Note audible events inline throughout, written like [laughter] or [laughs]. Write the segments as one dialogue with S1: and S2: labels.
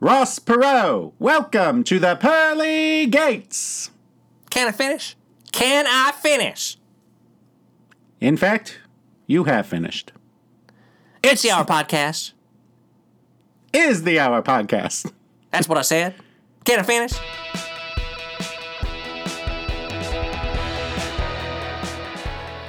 S1: Ross Perot, welcome to the pearly gates.
S2: Can I finish? Can I finish?
S1: In fact, you have finished.
S2: It's the Hour Podcast.
S1: Is the Hour Podcast.
S2: That's what I said. Can I finish?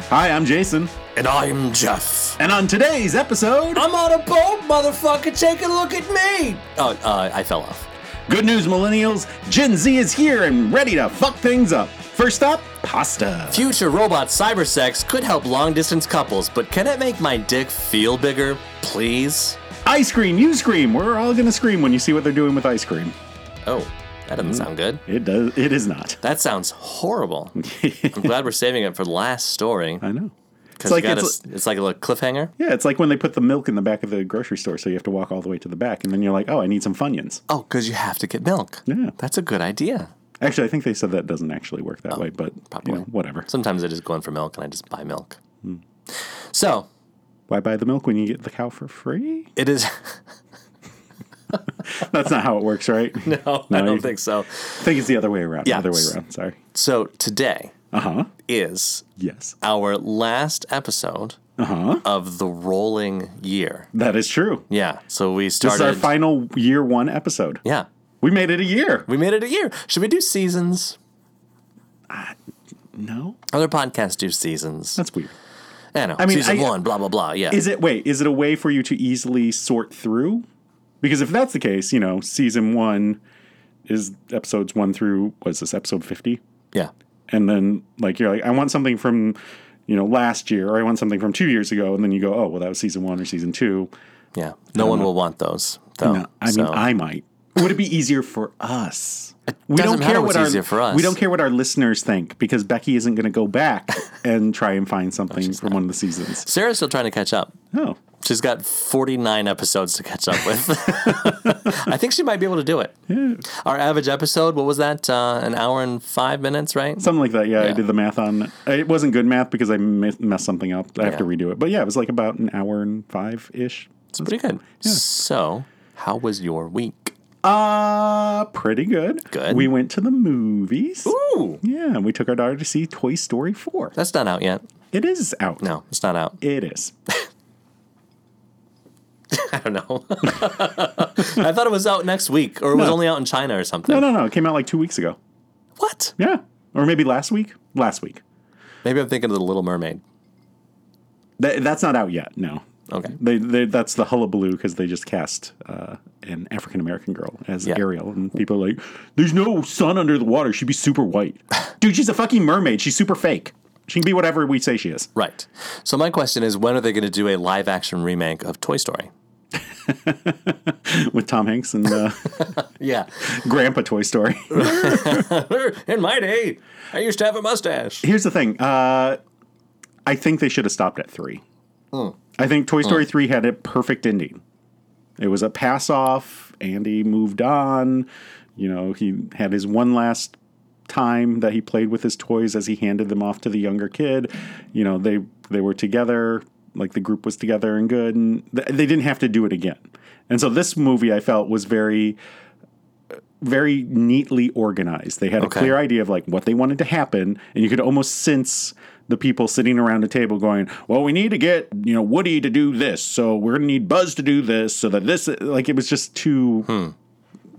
S1: Hi, I'm Jason.
S2: And I'm Jeff.
S1: And on today's episode,
S2: I'm on a boat, motherfucker. Take a look at me. Oh, uh, I fell off.
S1: good news, millennials, Gen Z is here and ready to fuck things up. First up, pasta.
S2: Future robot cybersex could help long distance couples, but can it make my dick feel bigger, please?
S1: Ice cream, you scream. We're all gonna scream when you see what they're doing with ice cream.
S2: Oh, that doesn't sound good.
S1: It does. It is not.
S2: That sounds [laughs] horrible. I'm glad we're saving it for the last story.
S1: I know. It's
S2: Because
S1: like
S2: like
S1: it's,
S2: it's, like a little cliffhanger.
S1: yeah, it's like when they put the milk in the back of the grocery store, so you have to walk all the way to the back, and then you're like, oh, I need some Funyuns.
S2: Oh, because you have to get milk.
S1: Yeah.
S2: That's a good idea.
S1: Actually, I think they said that doesn't actually work that way, but
S2: Oh, probably.
S1: you know, whatever.
S2: Sometimes I just go in for milk and I just buy milk.
S1: Hmm.
S2: So
S1: Why buy the milk when you get the cow for free? [laughs]
S2: it is. [laughs]
S1: That's not how it works,
S2: [laughs]
S1: right? no,
S2: Oh, I don't
S1: you-
S2: think so.
S1: I think it's the other way around.
S2: Yeah.
S1: other way around. Sorry.
S2: So today
S1: Uh huh.
S2: is
S1: Yes.
S2: our last episode
S1: Uh-huh.
S2: of the rolling year.
S1: That is true.
S2: Yeah. So we
S1: This is our
S2: started.
S1: final year one episode.
S2: yeah.
S1: We made it a year.
S2: We made it a year. Should we do seasons?
S1: No,
S2: Other podcasts do seasons.
S1: that's weird.
S2: I know.
S1: Uh, I mean,
S2: season
S1: I-
S2: one, blah blah blah. Yeah.
S1: Is it? Wait, is it a way for you to easily sort through? Because if that's the case, you know, season one is episodes one through was this episode fifty,
S2: yeah.
S1: and then like you're like, I want something from you know last year, or I want something from two years ago, and then you go, oh well, that was season one or season two.
S2: Yeah. No one will want those though.
S1: No, I
S2: so.
S1: mean, I might. Would it be easier for us? We
S2: doesn't matter what's
S1: our
S2: easier for us.
S1: we don't care what our listeners think because Becky isn't going to go back [laughs] and try and find something from one of the seasons.
S2: Sarah's still trying to catch up.
S1: Oh,
S2: She's got 49 episodes to catch
S1: [laughs]
S2: up with. I think she might be able to do it. Our average episode, what was that? Uh, an hour and five minutes, right?
S1: something like that. Yeah, I did the math on. It wasn't good math because I mi- messed something up. I have to
S2: Yeah.
S1: redo it. But yeah, it was like about an hour and five ish.
S2: It's pretty good. So, how was your week?
S1: Uh pretty good.
S2: Ah. Good.
S1: We went to the movies.
S2: Ooh.
S1: Yeah, and we took our daughter to see Toy Story Four.
S2: That's not out yet.
S1: It is out.
S2: No, it's not out. [laughs]
S1: It is.
S2: I don't know. [laughs] I thought it was out next week or it was
S1: No.
S2: only out in China or something.
S1: No, no, no. It came out like two weeks ago.
S2: What?
S1: Yeah, or maybe last week. Last week.
S2: Maybe I'm thinking of The Little Mermaid.
S1: That, that's not out yet. No.
S2: Okay.
S1: They, they, that's the hullabaloo because they just cast uh, an African American girl as
S2: Yeah.
S1: Ariel, and people are like, "There's no sun under the water. She'd be super
S2: [laughs]
S1: white, dude. She's a fucking mermaid. She's super fake. She can be whatever we say she is."
S2: Right. So, my question is when are they going to do a live action remake of Toy Story?
S1: With Tom Hanks and uh, [laughs]
S2: Yeah.
S1: Grandpa Toy Story.
S2: [laughs] in my day, I used to have a mustache.
S1: Here's the thing. Uh, I think they should have stopped at three. I think Toy Story three had a perfect ending. It was a pass off. Andy moved on. You know, he had his one last time that he played with his toys as he handed them off to the younger kid. You know, they they were together, like the group was together and good, and th- they didn't have to do it again. And so this movie, I felt, was very very neatly organized. They had
S2: Okay.
S1: a clear idea of like what they wanted to happen, and you could almost sense the people sitting around a table going, "Well, we need to get you know Woody to do this, so we're gonna need Buzz to do this, so that this like it was just too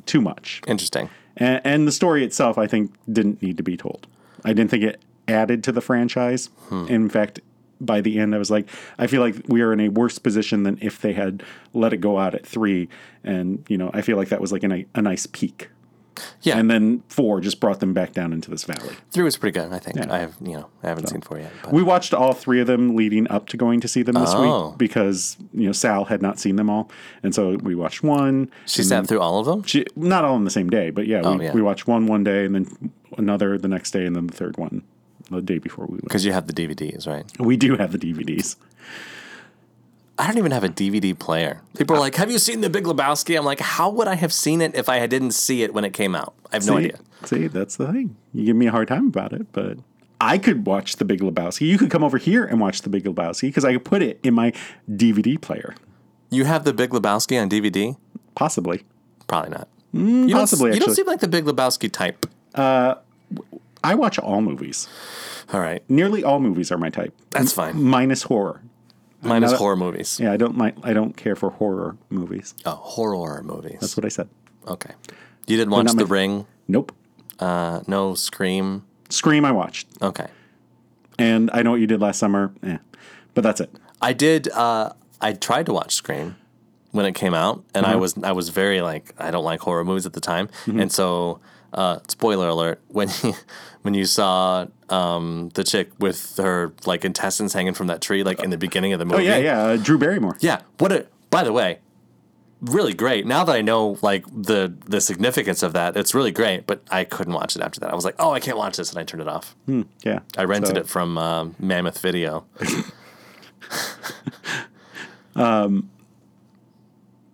S1: too much."
S2: Interesting.
S1: And, and the story itself, I think, didn't need to be told. I didn't think it added to the franchise.
S2: Hmm.
S1: In fact, by the end, I was like, I feel like we are in a worse position than if they had let it go out at three. And, you know, I feel like that was like an, a nice peak.
S2: Yeah.
S1: And then four just brought them back down into this valley.
S2: Three was pretty good, I think. I have, you know, I haven't seen four yet. But
S1: We watched all three of them leading up to going to see them this
S2: Oh.
S1: week because, you know, Sal had not seen them all. And so we watched one.
S2: she sat through all of them.
S1: She, not all on the same day, but yeah, we,
S2: Oh, yeah.
S1: we watched one one day and then another the next day and then the third one the day before we went.
S2: Because you have the DVDs, right?
S1: We do have the DVDs.
S2: I don't even have a DVD player. People are like, "Have you seen The Big Lebowski?" I'm like, "How would I have seen it if I didn't see it when it came out?" I have no
S1: see,
S2: idea.
S1: see, that's the thing. You give me a hard time about it, but I could watch The Big Lebowski. You could come over here and watch The Big Lebowski because I could put it in my DVD player,
S2: You have The Big Lebowski on DVD?
S1: possibly.
S2: Probably not.
S1: Mm,
S2: You don't,
S1: possibly,
S2: You
S1: actually.
S2: don't seem like the Big Lebowski type.
S1: I watch all movies.
S2: All right.
S1: Nearly all movies are my type.
S2: That's fine.
S1: Minus horror.
S2: Mine is
S1: Mm, not a-
S2: horror movies.
S1: Yeah, I don't mind. I don't care for horror movies.
S2: Oh, horror movies.
S1: That's what I said.
S2: okay. You didn't watch
S1: not my-
S2: The Ring?
S1: Nope.
S2: Uh, no Scream?
S1: Scream. I watched,
S2: Okay.
S1: and I know what you did last summer. Eh. But that's it.
S2: I did. Uh, I tried to watch Scream when it came out, and
S1: Mm-hmm.
S2: I was I was very like I don't like horror movies at the time, and so uh, spoiler alert [laughs] when when you saw um, the chick with her like intestines hanging from that tree like in the beginning of the movie.
S1: Oh yeah, yeah. Uh, Drew Barrymore.
S2: Yeah. What a by the way, really great. Now that I know like the the significance of that, it's really great. But I couldn't watch it after that. I was like, oh, I can't watch this, and I turned it off.
S1: Yeah.
S2: I rented
S1: Mm-hmm. So-
S2: it from um Mammoth Video.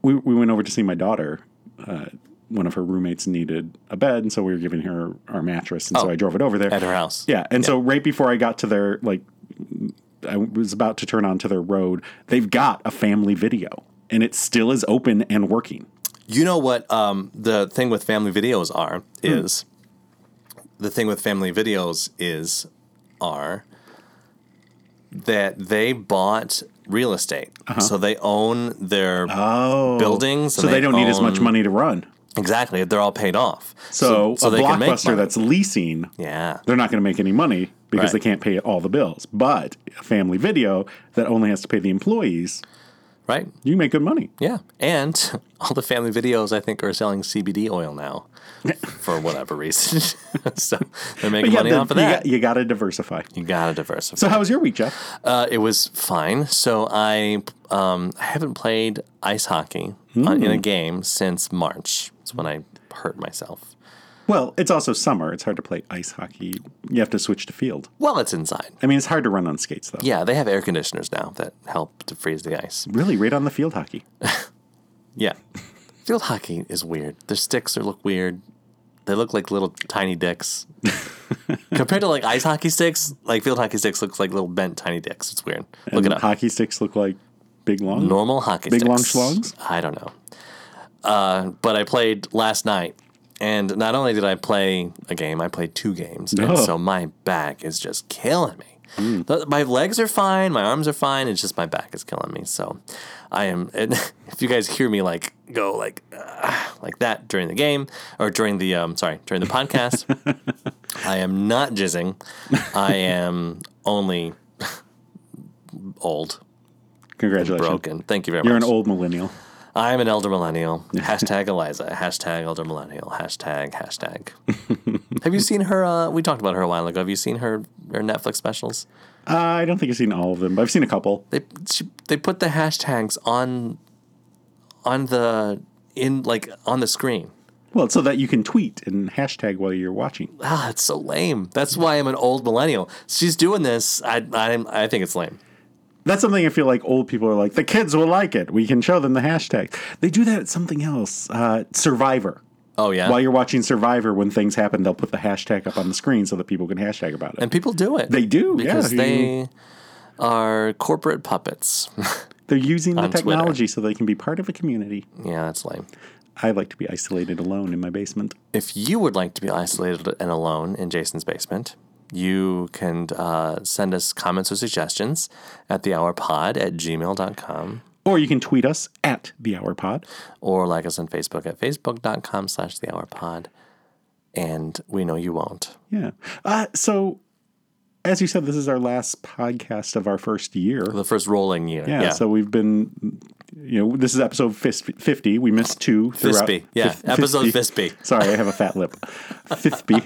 S1: we, we went over to see my daughter. Uh, one of her roommates needed a bed, and so we were giving her our mattress,
S2: Oh.
S1: and so I drove it over there
S2: at her house.
S1: [laughs] Yeah, and so right before I got to their like, I was about to turn onto their road. They've got a family video, and it still is open and working.
S2: You know what um, the thing with family videos are
S1: Hmm.
S2: is the thing with family videos is are that they bought real estate, so they own their buildings.
S1: Uh-huh. Oh. So they, don't need as much
S2: own-
S1: money to run.
S2: Exactly, they're all paid off.
S1: So, a
S2: they can make
S1: blockbuster
S2: money.
S1: that's leasing,
S2: yeah,
S1: they're not going to make any money because
S2: Right.
S1: they can't pay all the bills. But a family video that only has to pay the employees,
S2: right,
S1: you make good money.
S2: yeah, and [laughs] all the family videos I think are selling CBD oil now for whatever reason. [laughs] so they're making money
S1: the-
S2: off of
S1: you,
S2: that.
S1: got, you got to diversify.
S2: you gotta diversify.
S1: So how was your week, Jeff?
S2: Uh, it was fine. So I um, I haven't played ice hockey on, in a game since March. It's when I hurt myself.
S1: Well, it's also summer. It's hard to play ice hockey. You have to switch to field.
S2: Well, it's inside.
S1: I mean, it's hard to run on skates though.
S2: Yeah, they have air conditioners now that help to freeze the ice.
S1: Really, right on the field hockey.
S2: Yeah, field hockey is weird. Their sticks are, look weird. They look like little tiny dicks. Compared to like ice hockey sticks, like field hockey sticks looks like little bent tiny dicks. It's weird. Look
S1: and
S2: it up.
S1: Hockey sticks look like big long.
S2: normal hockey
S1: Big long
S2: sticks.
S1: schlongs?
S2: I don't know. Uh, but I played last night, and not only did I play a game, I played two games, and
S1: No.
S2: so my back is just killing me.
S1: Mm.
S2: Th- My legs are fine, my arms are fine. It's just my back is killing me. So I am. [laughs] And if you guys hear me like go like uh, like that during the game or during the um sorry during
S1: [laughs]
S2: the podcast, I am not jizzing. I am only [laughs] old
S1: Congratulations,
S2: broken. Thank you very
S1: you're
S2: much.
S1: an old millennial.
S2: I'm an
S1: [laughs]
S2: elder millennial. Hashtag Eliza. Hashtag elder millennial.
S1: [laughs]
S2: Hashtag hashtag. Have you seen her? Uh, we talked about her a while ago. Have you seen her her Netflix specials?
S1: Uh, I don't think I've seen all of them, but I've seen a couple.
S2: They she, they put the hashtags on on the in like on the screen.
S1: Well, so that you can tweet and hashtag while you're watching.
S2: Ah, it's so lame. That's why I'm an old millennial. She's doing this. I I, I think it's lame.
S1: That's something I feel like old people are like. The kids will like it. We can show them the hashtag. They do that at something else. Uh, Survivor.
S2: Oh yeah,
S1: While you're watching Survivor, when things happen, they'll put the hashtag up on the screen so that people can hashtag about it.
S2: and people do it.
S1: They do, yeah.
S2: because
S1: You-
S2: they are corporate puppets. [laughs]
S1: They're using the
S2: on Twitter.
S1: technology so they can be part of a community.
S2: yeah, that's lame.
S1: I like to be isolated alone in my basement.
S2: if you would like to be isolated and alone in Jason's basement, you can uh, send us comments or suggestions at thehourpod at gmail.com
S1: Or you can tweet us at the Hour Pod.
S2: or like us on Facebook at facebook.com slash thehourpod. And we know you won't.
S1: Yeah. Uh, so, as you said, this is our last podcast of our first year.
S2: The first rolling year.
S1: Yeah. So we've been, you know, this is episode fis- 50. We missed two throughout.
S2: Fispy. Yeah.
S1: Fis-
S2: Episode Fispy.
S1: Sorry, I have a fat lip. Fithby.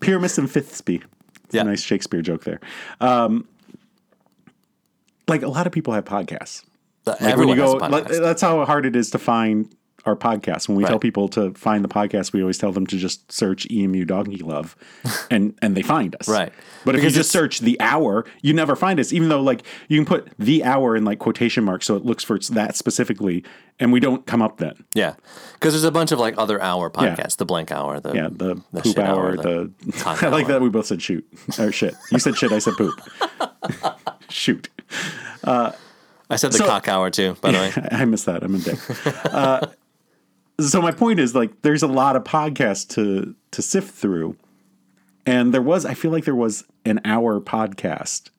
S1: Pyramus and Fithsby. It's
S2: Yeah.
S1: a nice Shakespeare joke there. Um, like a lot of people have podcasts.
S2: The-
S1: Like when you
S2: everyone
S1: go,
S2: has a
S1: like,
S2: podcast.
S1: that's how hard it is to find our podcast. When we tell
S2: Right.
S1: people to find the podcast, we always tell them to just search EMU Doggy
S2: [laughs]
S1: Love, and and they find us.
S2: Right.
S1: But if
S2: Because
S1: you just search the hour, you never find us. Even though like you can put the hour in like quotation marks, so it looks for that specifically, and we don't come up then.
S2: yeah. Because there's a bunch of like other hour podcasts, the blank hour, the,
S1: Yeah, the,
S2: the
S1: poop
S2: shit
S1: hour,
S2: hour,
S1: the. [laughs]
S2: cock
S1: I like
S2: hour.
S1: that we both said shoot or shit. You said shit. I said
S2: [laughs]
S1: poop. shoot. [laughs]
S2: I said the cock hour too, by the way.
S1: I miss that. I'm a dick. Uh, so my point is like there's a lot of podcasts to to sift through and there was i feel like there was an hour podcast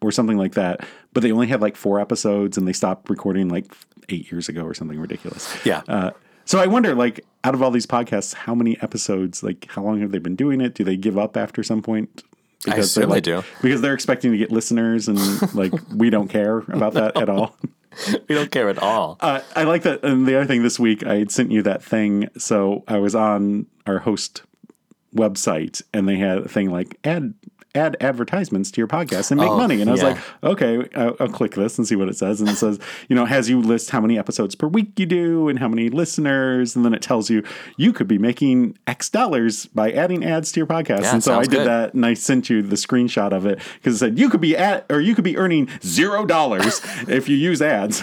S1: or something like that but they only had like four episodes and they stopped recording like eight years ago or something ridiculous
S2: Yeah.
S1: uh, so i wonder like out of all these podcasts how many episodes like how long have they been doing it do they give up after some point
S2: assume
S1: they're,
S2: they
S1: like-
S2: do.
S1: because they're expecting to get listeners and like we don't care about that at
S2: [laughs]
S1: all
S2: we don't care at all.
S1: uh, I like that. And the other thing this week, I had sent you that thing. So I was on our host website, and they had a thing like add add advertisements to your podcast and make money. And I was
S2: Oh, yeah.
S1: like, okay, I'll, I'll click this and see what it says. And it says, you know, it has you list how many episodes per week you do and how many listeners, and then it tells you you could be making X dollars by adding ads to your podcast.
S2: Yeah,
S1: and so I
S2: sounds
S1: did
S2: good.
S1: that, and I sent you the screenshot of it because it said you could be at or you could be earning zero
S2: [laughs]
S1: dollars if you use ads.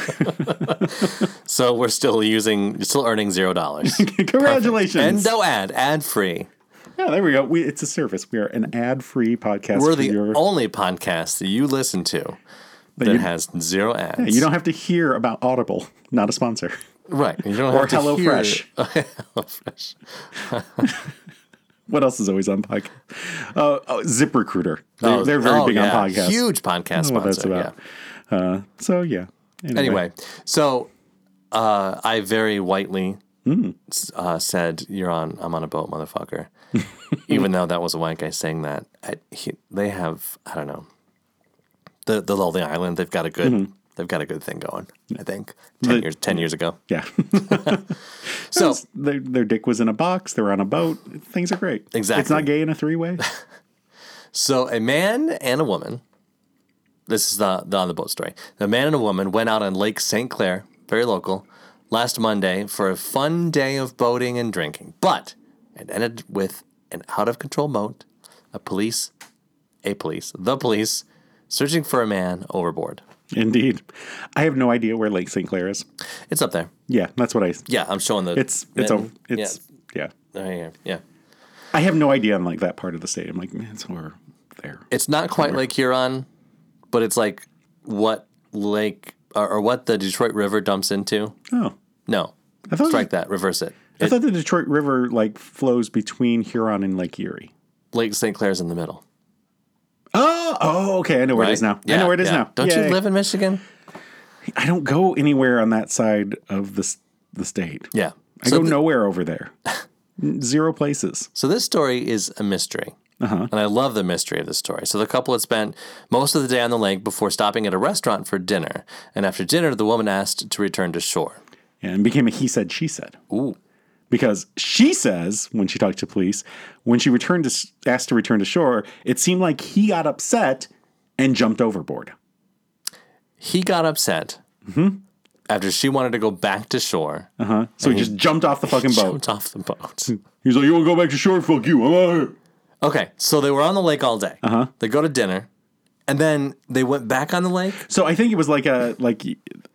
S2: So we're still using, still earning
S1: [laughs]
S2: zero dollars. and
S1: Congratulations.
S2: no ad, ad free.
S1: yeah, there we go. We, it's a service. We are an ad free podcast.
S2: We're
S1: for
S2: the
S1: your-
S2: only podcast that you listen to that has zero ads.
S1: you don't have to hear about Audible, not a
S2: [laughs]
S1: sponsor.
S2: right. You don't
S1: Or
S2: have to hear-
S1: HelloFresh.
S2: [laughs] HelloFresh.
S1: [laughs] What else is always on podcast? Uh, oh, ZipRecruiter. They're,
S2: Oh,
S1: they're very
S2: oh,
S1: big
S2: yeah.
S1: on podcasts.
S2: Huge podcast
S1: I don't know what
S2: sponsor.
S1: that's
S2: Yeah.
S1: about. Uh, so, yeah.
S2: Anyway, so uh, I very whitely s uh, said, "You're on. I'm on a boat, motherfucker." Even though that was a white guy saying that, I, he, they have I don't know the the Lonely Island. They've got a good they've got a good thing going. I think ten
S1: The-
S2: years ten years ago. [laughs]
S1: Yeah.
S2: So
S1: [laughs] their, their dick was in a box. They were on a boat. Things are great. It's
S2: Exactly.
S1: not gay in a three
S2: [laughs]
S1: way.
S2: So a man and a woman. This is the, the on the boat story. A man and a woman went out on Lake St. Clair, very local, last Monday for a fun day of boating and drinking. But it ended with an out of control moat, a police, a police, the police searching for a man overboard.
S1: Indeed. I have no idea where Lake St. Clair is.
S2: It's up there.
S1: Yeah, that's what I.
S2: Yeah, I'm showing the.
S1: It's, it's, a, it's, yeah.
S2: yeah, right here. Yeah.
S1: I have no idea on like that part of the state. I'm like, man, it's over there.
S2: It's not quite Lake Huron, but it's like what lake or, or what the Detroit River dumps into.
S1: Oh,
S2: No.
S1: I thought
S2: Strike that. Reverse it.
S1: I
S2: It-
S1: thought the Detroit River like flows between Huron and Lake Erie.
S2: Lake St. Clair's in the middle.
S1: Oh, oh, okay. I know where it is
S2: right?
S1: now. I know where it is
S2: yeah.
S1: now.
S2: Don't
S1: Yay.
S2: you live in Michigan?
S1: I don't go anywhere on that side of the s- the state.
S2: Yeah.
S1: I
S2: so,
S1: go
S2: th-
S1: nowhere over
S2: [laughs]
S1: there. Zero places.
S2: so this story is a mystery.
S1: Uh-huh.
S2: And I love the mystery of this story. So the couple had spent most of the day on the lake before stopping at a restaurant for dinner. And after dinner, the woman asked to return to shore.
S1: And became a he said she said.
S2: Ooh.
S1: Because she says when she talked to police, when she returned to s- asked to return to shore, it seemed like he got upset and jumped overboard.
S2: He got upset
S1: Mm-hmm.
S2: after she wanted to go back to shore.
S1: Huh? So he just jumped off the [laughs] fucking [laughs] boat.
S2: Jumped off the boat.
S1: He's like, "You want to go back to shore? Fuck you! I'm out." of here."
S2: Okay, so they were on the lake all day. Uh-huh. They go to dinner, and then they went back on the lake.
S1: So I think it was like a like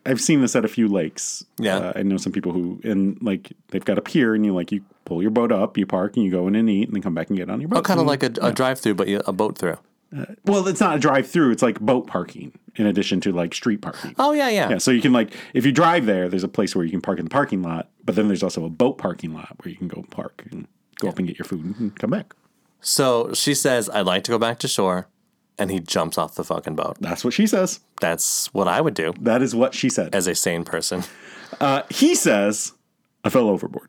S1: I've seen this at a few lakes.
S2: Yeah.
S1: Uh, I know some people who and like they've got a pier and you like you pull your boat up, you park and you go in and eat and then come back and get on your boat.
S2: Kind of like a, a drive-through, but you- a boat through.
S1: well, it's not a drive through; it's like boat parking in addition to like street parking.
S2: Oh yeah, yeah.
S1: Yeah, so you can like if you drive there, there's a place where you can park in the parking lot, but then there's also a boat parking lot where you can go park and go up and get your food and come back.
S2: So she says, "I'd like to go back to shore," and he jumps off the fucking boat.
S1: That's what she says.
S2: That's what I would do
S1: That is what she said.
S2: as a sane person. [laughs]
S1: He says, "I fell overboard."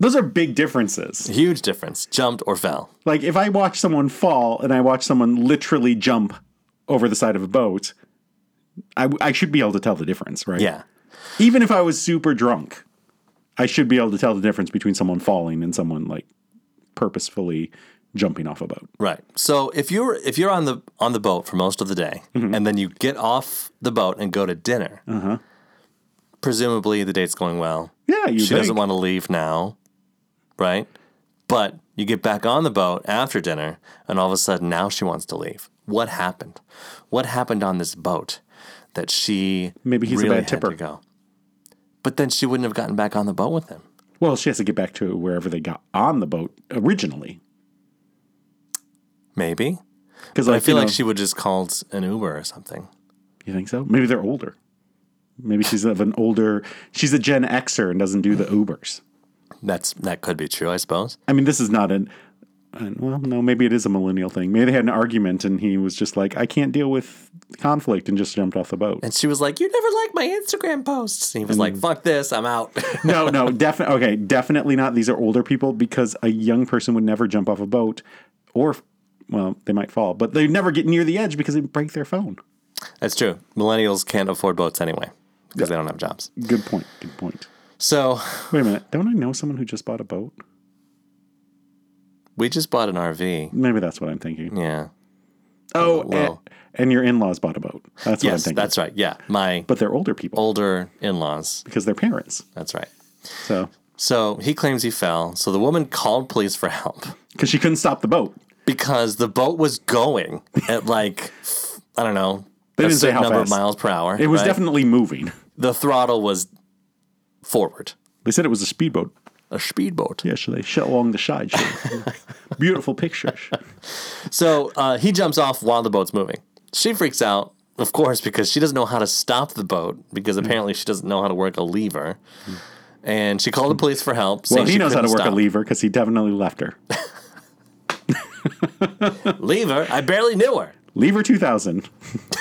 S1: Those are big differences.
S2: Huge difference: jumped or fell.
S1: Like if I watch someone fall and I watch someone literally jump over the side of a boat, I, I should be able to tell the difference, right?
S2: Yeah,
S1: Even if I was super drunk, I should be able to tell the difference between someone falling and someone like purposefully jumping off a boat.
S2: right. So if you're if you're on the on the boat for most of the day, and then you get off the boat and go to dinner, presumably the date's going well.
S1: Yeah, you.
S2: She doesn't want to leave now, right? But you get back on the boat after dinner, and all of a sudden now she wants to leave. What happened? What happened on this boat that she
S1: Maybe he's a
S2: really
S1: bad
S2: had
S1: tipper.
S2: to go? But then she wouldn't have gotten back on the boat with him.
S1: Well, she has to get back to wherever they got on the boat originally.
S2: Maybe
S1: Because
S2: I feel like she would just called an Uber or something.
S1: you think so. Maybe they're older. Maybe she's of an older. She's a Gen Xer and doesn't do the Ubers.
S2: That's that could be true, I suppose.
S1: I mean, this is not an. an- Well, no, maybe it is a millennial thing. Maybe they had an argument and he was just like, "I can't deal with conflict," and just jumped off the boat.
S2: And she was like, "You never liked my Instagram posts." And he was like, "Fuck this, I'm out." [laughs]
S1: no, no, definitely. Okay, definitely not. These are older people because a young person would never jump off a boat, or well, they might fall, but they never get near the edge because they break their phone.
S2: That's true. Millennials can't afford boats anyway because they don't have jobs.
S1: Good point. Good point.
S2: So
S1: Wait a minute. Don't I know someone who just bought a boat?
S2: we just bought an RV.
S1: Maybe that's what I'm thinking.
S2: Yeah.
S1: Oh, and,
S2: Well.
S1: and your in-laws bought a boat. That's what I'm
S2: Yes,
S1: thinking.
S2: that's right. Yeah, my
S1: but they're older people
S2: older in-laws.
S1: because they're parents.
S2: That's right.
S1: So
S2: So he claims he fell. So the woman called police for help [laughs]
S1: because she couldn't stop the boat.
S2: because the boat
S1: [laughs]
S2: was going at like I don't know
S1: They
S2: a
S1: didn't say
S2: certain
S1: how
S2: number of
S1: fast.
S2: miles per hour.
S1: It was
S2: right?
S1: definitely moving.
S2: the throttle was forward.
S1: They said it was a speedboat.
S2: A speedboat.
S1: Yeah, so they shot along the side. Shane.
S2: [laughs]
S1: Beautiful pictures.
S2: So uh, he jumps off while the boat's moving. She freaks out, of course, because she doesn't know how to stop the boat because
S1: Hmm.
S2: apparently she doesn't know how to work a lever. And she called the police for help.
S1: Well,
S2: saying
S1: he
S2: she
S1: knows how to
S2: couldn't
S1: work a
S2: stop.
S1: lever because he definitely left her.
S2: Lever? I barely knew her.
S1: lever 2000.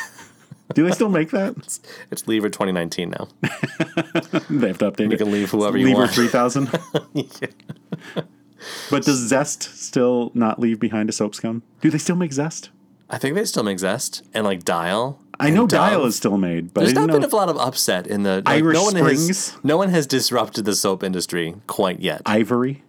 S1: [laughs] Do they still make that?
S2: It's Lever 2019 now.
S1: They have to update
S2: You can leave whoever you
S1: Lever
S2: want. [laughs]
S1: 3000. But does Zest still not leave behind a soap scum? Do they still make Zest?
S2: I think they still make Zest and like Dial.
S1: I
S2: and
S1: know
S2: Dove.
S1: Dial is still made, but I
S2: There's
S1: didn't
S2: not
S1: know.
S2: been a lot of upset in the like,
S1: Irish
S2: no one
S1: Springs?
S2: Has, no one has disrupted the soap industry quite yet. [laughs]
S1: Ivory.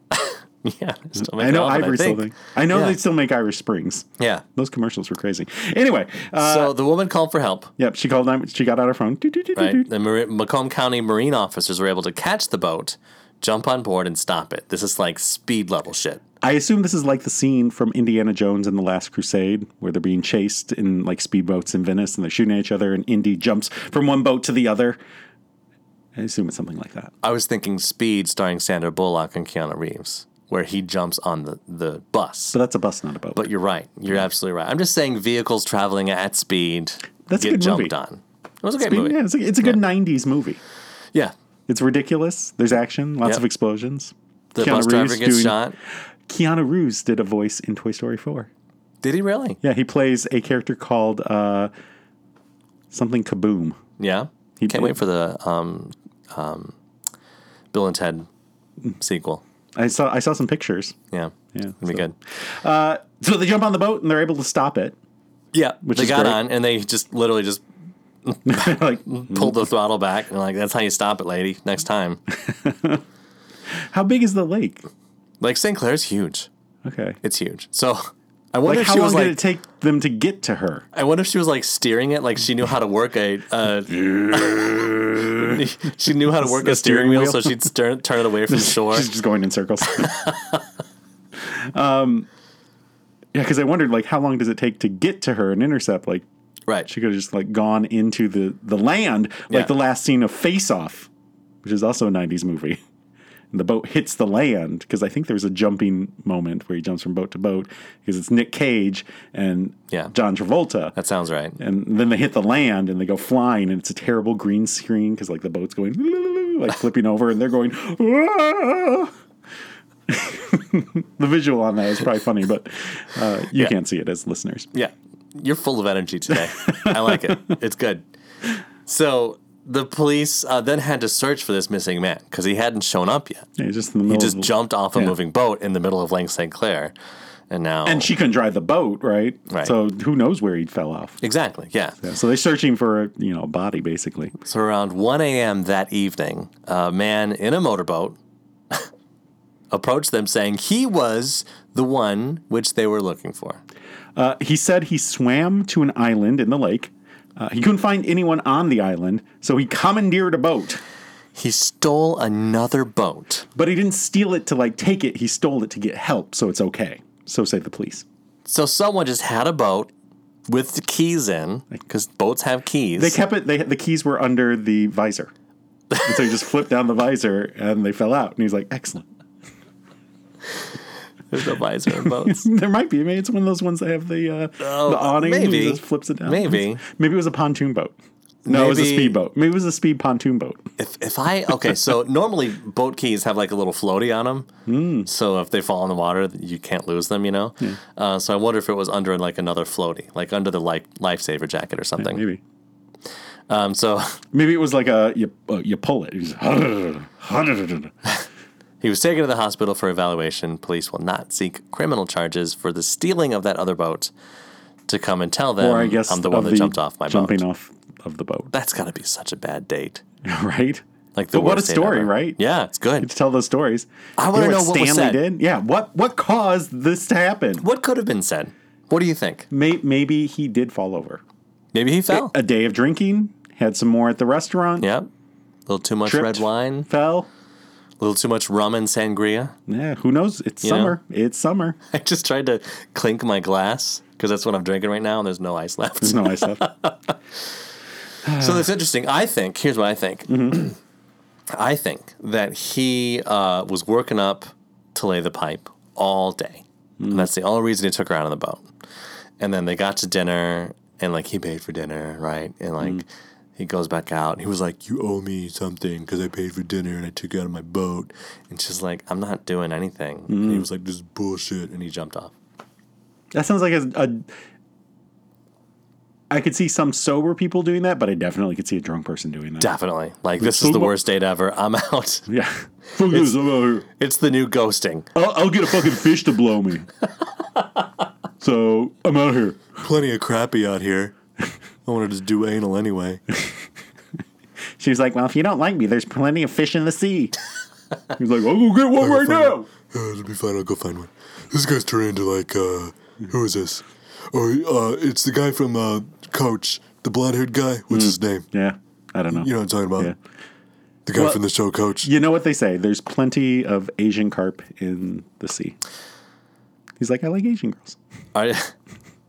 S2: yeah, they still make
S1: I know
S2: Dove, and
S1: Ivory still.
S2: think.
S1: They, I know
S2: Yeah.
S1: they still make Irish Springs.
S2: Yeah.
S1: Those commercials were crazy. Anyway, uh,
S2: so the woman called for help.
S1: yep. She called. nine- She got out her phone. Doo, doo, doo, doo, doo.
S2: right? The Mar- Macomb County Marine officers were able to catch the boat, jump on board, and stop it. This is like speed level shit.
S1: I assume this is like the scene from Indiana Jones and the Last Crusade where they're being chased in like speedboats in Venice and they're shooting at each other and Indy jumps from one boat to the other. I assume it's something like that.
S2: I was thinking Speed, starring Sandra Bullock and Keanu Reeves, where he jumps on the, the bus.
S1: So that's a bus, not a boat.
S2: But you're right. You're absolutely right. I'm just saying vehicles traveling at speed
S1: That's a
S2: get
S1: good
S2: jumped
S1: movie.
S2: on. It was a great
S1: I mean,
S2: movie.
S1: yeah, it's a, it's a good '90s movie.
S2: Yeah.
S1: It's ridiculous. There's action, lots
S2: Yep.
S1: of explosions.
S2: The bus driver gets
S1: doing-
S2: shot.
S1: Keanu Reeves did a voice in Toy Story 4.
S2: Did he really?
S1: Yeah, he plays a character called uh, something Kaboom.
S2: Yeah. Can't wait for the um, um, Bill and Ted sequel.
S1: I saw I saw some pictures.
S2: Yeah.
S1: Yeah,
S2: It'll be
S1: so-
S2: good.
S1: Uh, so they jump on the boat and they're able to stop it. [laughs]
S2: Yeah, they
S1: is
S2: got
S1: great.
S2: on and they just literally just
S1: like,
S2: pulled
S1: Mm-hmm.
S2: the throttle back and like that's how you stop it, lady. Next time,
S1: how big is the lake?
S2: like St. Clair's huge.
S1: Okay.
S2: It's huge. So I wonder
S1: Like,
S2: if
S1: how
S2: she
S1: long
S2: was
S1: did
S2: like
S1: it take them to get to her?
S2: I wonder if she was like steering it, like she knew how to work a. Uh, [laughs] she knew how to work
S1: A
S2: a steering
S1: steering
S2: wheel,
S1: wheel.
S2: so she'd stir, turn it
S1: [laughs]
S2: away from shore.
S1: She's just going in
S2: [laughs]
S1: circles. um, yeah, because I wondered, like, how long does it take to get to her and intercept? Like,
S2: right.
S1: she could have just like gone into the the land, like
S2: Yeah.
S1: the last scene of Face Off, which is also a '90s movie. [laughs] And the boat hits the land because I think there's a jumping moment where he jumps from boat to boat because it's Nick Cage and
S2: Yeah.
S1: John Travolta.
S2: That sounds right.
S1: and then they hit the land and they go flying and it's a terrible green screen because like the boat's going [laughs] like flipping over and they're going [laughs] "Ah!" the visual on that is probably funny but uh, you can't see it as listeners
S2: Yeah. You're full of energy today. I like it. It's good. So the police uh, then had to search for this missing man because he hadn't shown up yet.
S1: yeah, it's just in the middle
S2: He just
S1: of-
S2: jumped off a
S1: Yeah.
S2: moving boat in the middle of Lake St. Clair. And now.
S1: And she couldn't drive the boat, right?
S2: Right.
S1: So who knows where he fell off?
S2: exactly, yeah.
S1: So they're searching for you know a body, basically.
S2: So around 1 a.m. that evening, a man in a motorboat [laughs] approached them saying he was the one which they were looking for.
S1: Uh, he said he swam to an island in the lake. Uh, he couldn't find anyone on the island, so he commandeered a boat.
S2: He stole another boat.
S1: But he didn't steal it to like take it. He stole it to get help, so it's okay. So say the police.
S2: So someone just had a boat with the keys in because boats have keys.
S1: They kept it. They the keys were under the visor, and so he just flipped down the visor, and they fell out. And he's like, "Excellent."
S2: There's no visor in boats.
S1: [laughs] There might be. Maybe it's one of those ones that have the uh, the awning. and he
S2: Oh, maybe.
S1: just flips it down.
S2: Maybe.
S1: Maybe it was a pontoon boat. No, it was a
S2: Maybe-
S1: speedboat. Maybe it was a speed pontoon boat.
S2: If, if I
S1: [laughs]
S2: okay, so normally boat keys have like a little floaty on them,
S1: Hmm.
S2: so if they fall in the water, you can't lose them. You know, uh, so I wonder if it was under like another floaty, like under the life lifesaver jacket or something.
S1: Maybe.
S2: um, so [laughs]
S1: Maybe it was like a you, uh, you pull it. It [laughs] was-
S2: He was taken to the hospital for evaluation. Police will not seek criminal charges for the stealing of that other boat to come and tell them [laughs]
S1: or I guess
S2: I'm the
S1: of
S2: one that jumped off my
S1: jumping
S2: boat.
S1: off of the boat, [laughs]
S2: That's got to be such a bad date.
S1: right?
S2: Like the
S1: but what a
S2: worst date
S1: story,
S2: ever.
S1: right?
S2: Yeah, it's good.
S1: To tell those stories.
S2: I wanna know what was
S1: Stanley
S2: said.
S1: did. Yeah, what what caused this to happen?
S2: What could have been said? What do you think?
S1: May, maybe he did fall over.
S2: Maybe he fell.
S1: A day of drinking, had some more at the restaurant.
S2: Oh. yeah. A little too much
S1: tripped,
S2: red wine,
S1: fell.
S2: a little too much rum and sangria. [laughs]
S1: Yeah, who knows? It's
S2: know?
S1: summer. It's [laughs] summer.
S2: I just tried to clink my glass because that's what I'm drinking right now, and there's no ice
S1: [laughs]
S2: left.
S1: There's no ice left.
S2: So that's interesting. I think here's what I think. [clears throat] I think that he uh, was working up to lay the pipe all day. And that's the only reason he took her out on the boat. And then they got to dinner, and like he paid for dinner, right? And like he goes back out, and he was like, "You owe me something because I paid for dinner and I took you out of my boat." And she's like, "I'm not doing anything." And
S3: Mm.
S2: he was like, "This is bullshit," and he jumped off.
S1: That sounds like a, a. I could see some sober people doing that, but I definitely could see a drunk person doing that.
S2: Definitely, like this is the worst date ever. I'm [laughs] out.
S1: Yeah. [laughs] Fuck this, I'm out here.
S2: It's the new ghosting.
S1: I'll, I'll get a fucking fish to blow me. so I'm out here.
S2: plenty of crappy out here. I wanted to do
S1: [laughs]
S2: anal anyway.
S1: She's like, well, if you don't like me, there's plenty of fish in the [laughs] sea. He's like, I'll go get one right now.
S3: Uh, it'll be fine. I'll go find one. This guy's turned into like, uh, who is this? Oh, uh, it's the guy from uh, Coach, the blonde haired guy. What's his name?
S1: Yeah, I don't know.
S3: You know what I'm talking about?
S1: Hmm. Yeah.
S3: The guy
S1: Well-
S3: from the show, Coach.
S1: You know what they say? There's plenty of Asian carp in the sea. He's like, I like Asian girls.
S2: Are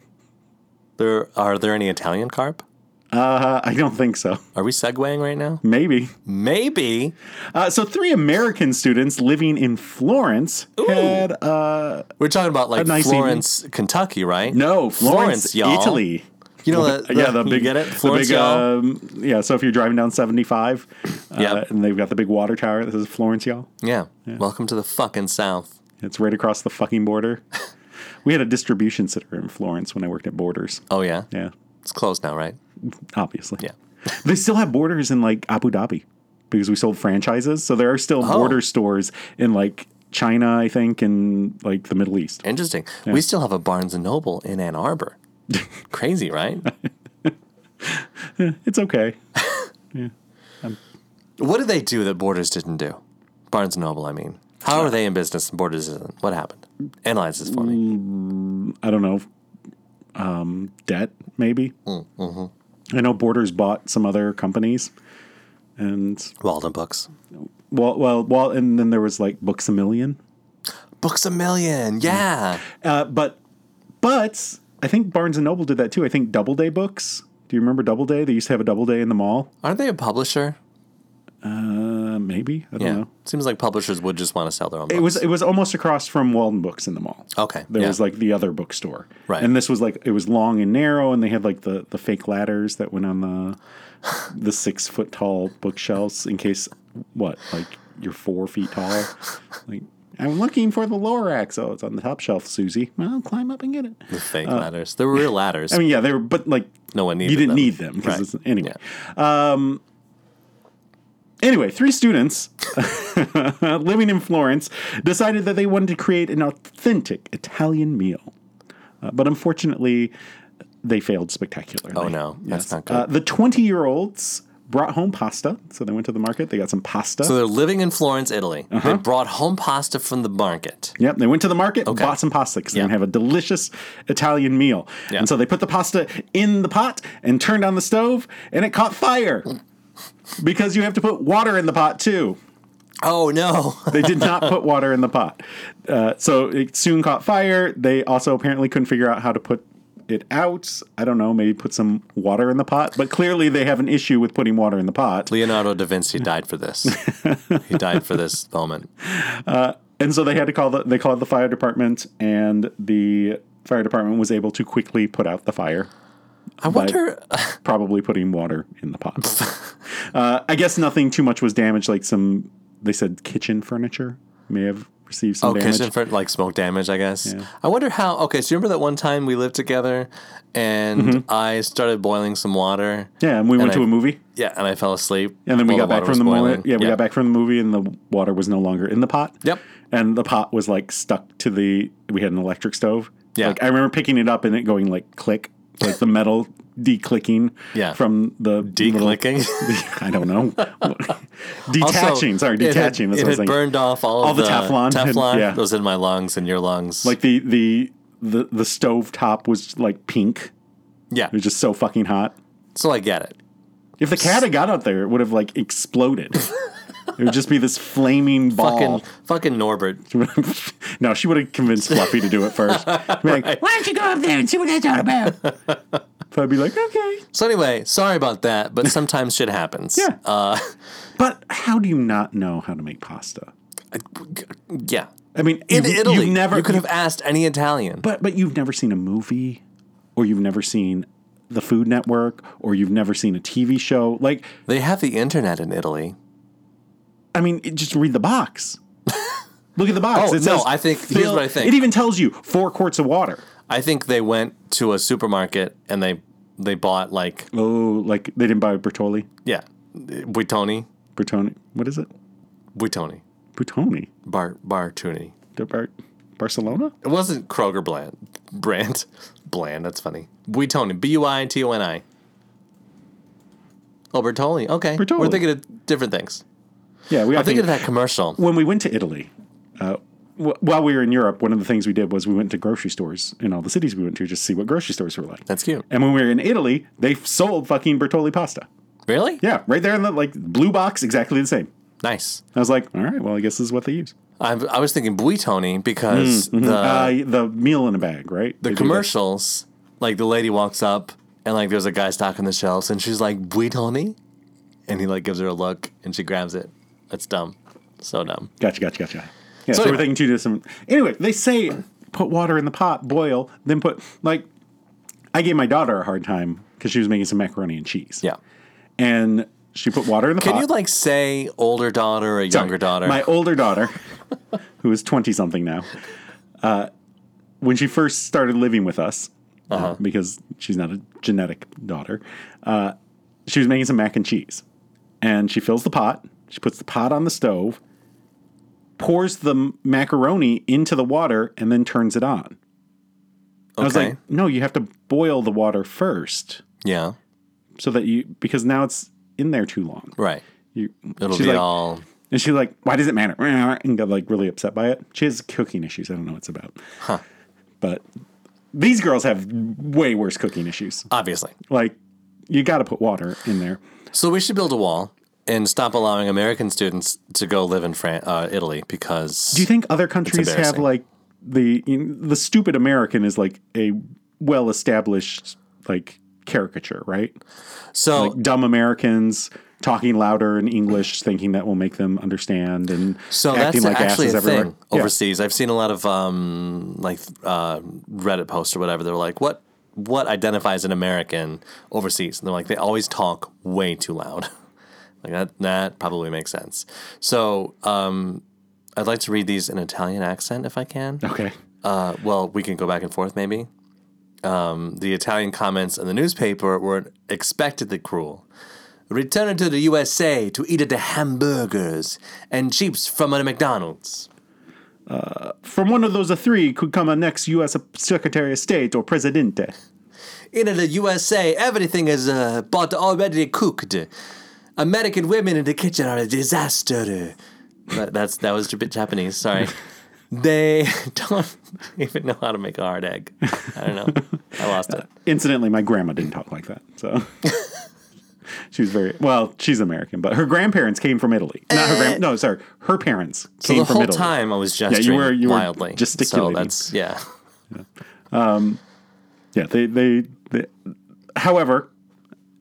S2: [laughs] there are there any Italian carp?
S1: Uh, I don't think so.
S2: Are we segueing right now?
S1: Maybe.
S2: Maybe.
S1: Uh, so three American students living in Florence had uh,
S2: We're talking about like
S1: nice
S2: Florence, Kentucky, right?
S1: no Florence,
S2: Florence, y'all. [laughs]
S1: Italy.
S2: You know that?
S1: [laughs] Yeah, the
S2: you
S1: big
S2: get it.
S1: the
S2: Florence,
S1: big,
S2: y'all.
S1: um, yeah. So if you're driving down 75, uh,
S2: Yep.
S1: and they've got the big water tower that says Florence, y'all.
S2: yeah. Welcome to the fucking South.
S1: It's right across the fucking
S2: [laughs]
S1: border. we had a distribution center in Florence when I worked at Borders.
S2: Oh yeah.
S1: Yeah,
S2: It's closed now, right?
S1: obviously.
S2: Yeah.
S1: [laughs] they still have Borders in like Abu Dhabi because we sold franchises. So there are still
S2: Oh.
S1: Border stores in like China, I think, and like the Middle East.
S2: Interesting. We still have a Barnes and Noble in
S1: [laughs]
S2: Ann Arbor. Crazy, right?
S1: It's okay.
S2: What did they do that Borders didn't do? Barnes and Noble, I mean. How are they in business and Borders isn't? What happened? Analyze this for me.
S1: Mm. I don't know, um, debt maybe. I know Borders bought some other companies, and
S2: Walden Books.
S1: well, well, well, and then there was like Books a Million,
S2: Books a
S1: Mm.
S2: million. Yeah.
S1: uh, but but I think Barnes and Noble did that too. I think Doubleday Books. Do you remember Doubleday? They used to have a Doubleday in the mall.
S2: Aren't they a publisher?
S1: Uh, maybe I don't
S2: Yeah.
S1: know.
S2: Seems like publishers would just want to sell their own books.
S1: It was it was almost across from Walden Books in the mall.
S2: okay.
S1: There
S2: yeah.
S1: was like the other bookstore,
S2: Right.
S1: And this was like it was long and narrow, and they had like the the fake ladders that went on the
S2: [laughs]
S1: the six foot tall bookshelves in case what like you're four feet tall. Like I'm looking for the Lorax. Oh, it's on the top shelf, Susie. Well, climb up and get it.
S2: the fake ladders. There were real ladders.
S1: uh, I mean, yeah, they were, but like
S2: no one needed
S1: you didn't
S2: them.
S1: need them
S2: Right.
S1: because anyway. Um, anyway, three students [laughs] living in Florence decided that they wanted to create an authentic Italian meal, Uh, but unfortunately, they failed spectacularly.
S2: Oh, no. That's not good.
S1: Uh, the twenty-year-olds brought home pasta, so they went to the market. They got some pasta.
S2: so they're living in Florence, Italy.
S1: Uh-huh.
S2: They brought home pasta from the market.
S1: Yep, they went to the market, bought some pasta because
S2: Yeah.
S1: they're gonna have a delicious Italian meal.
S2: Yeah.
S1: And so they put the pasta in the pot and turned on the stove, and it caught fire because you have to put water in the pot too.
S2: Oh no.
S1: [laughs] They did not put water in the pot, uh, so it soon caught fire. They also apparently couldn't figure out how to put it out. I don't know, maybe put some water in the pot, but clearly they have an issue with putting water in the pot.
S2: Leonardo da Vinci died for this. he died for this moment.
S1: And so they had to call the they called the fire department, and the fire department was able to quickly put out the fire.
S2: I wonder.
S1: probably putting water in the pot.
S2: [laughs]
S1: uh, I guess nothing too much was damaged. Like some, they said kitchen furniture may have received some
S2: Oh,
S1: damage.
S2: kitchen for like smoke damage, I guess. I wonder how. Okay, so you remember that one time we lived together, and I started boiling some water.
S1: Mm-hmm. yeah, and we went
S2: I-
S1: to a movie,
S2: Yeah, and I fell asleep.
S1: and then we
S2: while
S1: got back
S2: water
S1: from
S2: was
S1: the
S2: boiling.
S1: movie. Yeah, we got back from the movie, and the water was no longer in the pot.
S2: Yep.
S1: And the pot was like stuck to the. We had an electric stove.
S2: Yeah.
S1: Like I remember picking it up and it going like click, like the metal declicking.
S2: Yeah.
S1: From the little- [laughs]
S2: Declicking.
S1: I don't
S2: [laughs]
S1: know. detaching. sorry, detaching.
S2: It
S1: that's what
S2: had,
S1: I was
S2: it had
S1: thinking.
S2: burned off all,
S1: All
S2: of
S1: the Teflon had-
S2: Teflon
S1: yeah.
S2: that was in my lungs and your lungs.
S1: Like the the the the stove top was like pink.
S2: yeah,
S1: It was just so fucking hot.
S2: so I get it.
S1: If the cat had got out there, it would have like exploded. it would just be this flaming ball.
S2: Fucking, fucking Norbert.
S1: [laughs] no, she would have convinced Fluffy to do it first. Be like, [laughs] Why don't you go up there and see what that's all about? so I'd be like, okay.
S2: So anyway, sorry about that,
S1: [laughs]
S2: but sometimes shit happens.
S1: Yeah.
S2: Uh, [laughs]
S1: But how do you not know how to make pasta?
S2: yeah.
S1: I mean,
S2: In
S1: you've-
S2: Italy,
S1: you've never
S2: you could have asked any Italian.
S1: But but you've never seen a movie, or you've never seen the Food Network, or you've never seen a TV show. Like,
S2: They have the internet in Italy.
S1: I mean, it- just read the
S2: [laughs]
S1: box. Look at the box.
S2: Oh,
S1: it
S2: no,
S1: says
S2: I think- here's what I think.
S1: It even tells you four quarts of water.
S2: I think they went to a supermarket and they they bought like
S1: Oh, like they didn't buy Bertoli.
S2: yeah, Buitoni,
S1: Bertoni. What is it?
S2: Buitoni,
S1: Bertoni.
S2: Bar Bartuni.
S1: De Bar- Barcelona.
S2: It wasn't Kroger brand. Brand. [laughs] Bland, that's funny. Buitoni. B U I T O N I. Oh, Bertoli. Okay. We're
S1: Bertolli.
S2: thinking of different things.
S1: Yeah, we. I
S2: I'm thinking of that commercial.
S1: when we went to Italy. Uh, wh- while we were in Europe, one of the things we did was we went to grocery stores in all the cities we went to just to see what grocery stores were like.
S2: That's cute.
S1: And when we were in Italy, they sold fucking Bertolli pasta.
S2: Really?
S1: Yeah, right there in the like blue box, exactly the same.
S2: Nice.
S1: I was like, all right, well, I guess this is what they use.
S2: I, I was thinking Buitoni because the,
S1: Uh, the meal in a bag, right? They
S2: the
S1: do
S2: commercials, like the lady walks up and like there's a guy stocking the shelves and she's like, Buitoni? And he like gives her a look and she grabs it. That's dumb. So dumb.
S1: that. Gotcha, gotcha, gotcha. Yeah, so,
S2: So
S1: we're
S2: anyway-
S1: thinking two different. Anyway, they say put water in the pot, boil, then put like. I gave my daughter a hard time because she was making some macaroni and cheese.
S2: Yeah.
S1: and she put water in the
S2: Can
S1: pot.
S2: you like say older daughter or younger daughter?
S1: Uh, My older daughter, [laughs] who is 20 something now, uh, when she first started living with us, uh,
S2: Uh-huh.
S1: because she's not a genetic daughter, uh, she was making some mac and cheese. And she fills the pot, she puts the pot on the stove, pours the m- macaroni into the water, and then turns it on. I was
S2: Okay.
S1: like, no, you have to boil the water first
S2: yeah.
S1: so that you, because now it's in there too long.
S2: Right.
S1: You,
S2: It'll
S1: she's
S2: be
S1: like,
S2: all
S1: and she's like, why does it matter? [laughs] And got like really upset by it. She has cooking issues. I don't know what's about. But these girls have way worse cooking issues.
S2: obviously.
S1: Like, you got to put water in there.
S2: So we should build a wall and stop allowing American students to go live in Fran- uh, Italy because
S1: Do you think other countries have
S2: embarrassing.
S1: like the you know, the stupid American is like a well established like caricature, right?
S2: so
S1: Dumb Americans talking louder in English, thinking that will make them understand, and
S2: so
S1: acting
S2: that's
S1: like
S2: actually
S1: asses
S2: a
S1: everywhere.
S2: thing
S1: Yeah.
S2: overseas. I've seen a lot of um, like uh, Reddit posts or whatever. They're like, what what identifies an American overseas? And they're like, they always talk way too loud. [laughs] like that that probably makes sense. So um, I'd like to read these in Italian accent if I can.
S1: Okay.
S2: Uh, well, we can go back and forth, maybe. Um, the Italian comments in the newspaper were expectedly cruel. Returning to the USA to eat at the hamburgers and chips from a McDonald's.
S1: From one of those three could come a next U.S. Secretary of State or Presidente.
S2: In the USA, everything is uh, bought already cooked. American women in the kitchen are a disaster. That, that's that was a bit Japanese. Sorry, they [laughs] don't even know how to make a hard egg. I don't know. I lost it.
S1: Incidentally, my grandma didn't talk like that. So [laughs] she was very well. She's American, but her grandparents came from Italy. Not her grand. No, sorry, her parents
S2: Eh. So
S1: came
S2: the
S1: from
S2: whole
S1: Italy.
S2: time I was gesturing
S1: were- you were
S2: wildly.
S1: gesticulating.
S2: So that's yeah.
S1: Yeah, they, they they. However,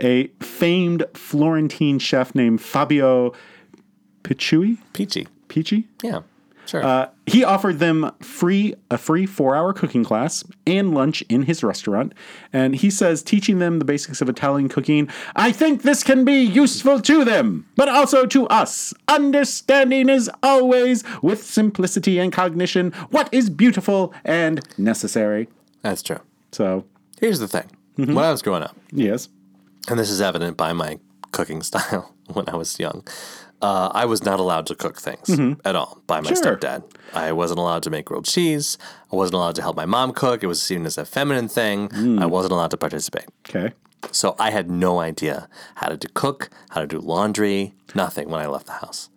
S1: a famed Florentine chef named Fabio Picciui,
S2: Peachy.
S1: Picci,
S2: Yeah. Sure.
S1: Uh, he offered them free a free four hour cooking class and lunch in his restaurant, and he says teaching them the basics of Italian cooking. I think this can be useful to them, but also to us. Understanding is always with simplicity and cognition what is beautiful and necessary.
S2: That's true.
S1: So
S2: Here's the thing.
S1: Mm-hmm.
S2: When I was growing up,
S1: yes,
S2: and this is evident by my cooking [laughs] style when I was young, uh, I was not allowed to cook things at all by my
S1: Mm-hmm. Sure.
S2: stepdad. I wasn't allowed to make grilled cheese. I wasn't allowed to help my mom cook. It was seen as a feminine thing.
S1: Mm.
S2: I wasn't allowed to participate.
S1: okay.
S2: So I had no idea how to do cook, how to do laundry, nothing when I left the house.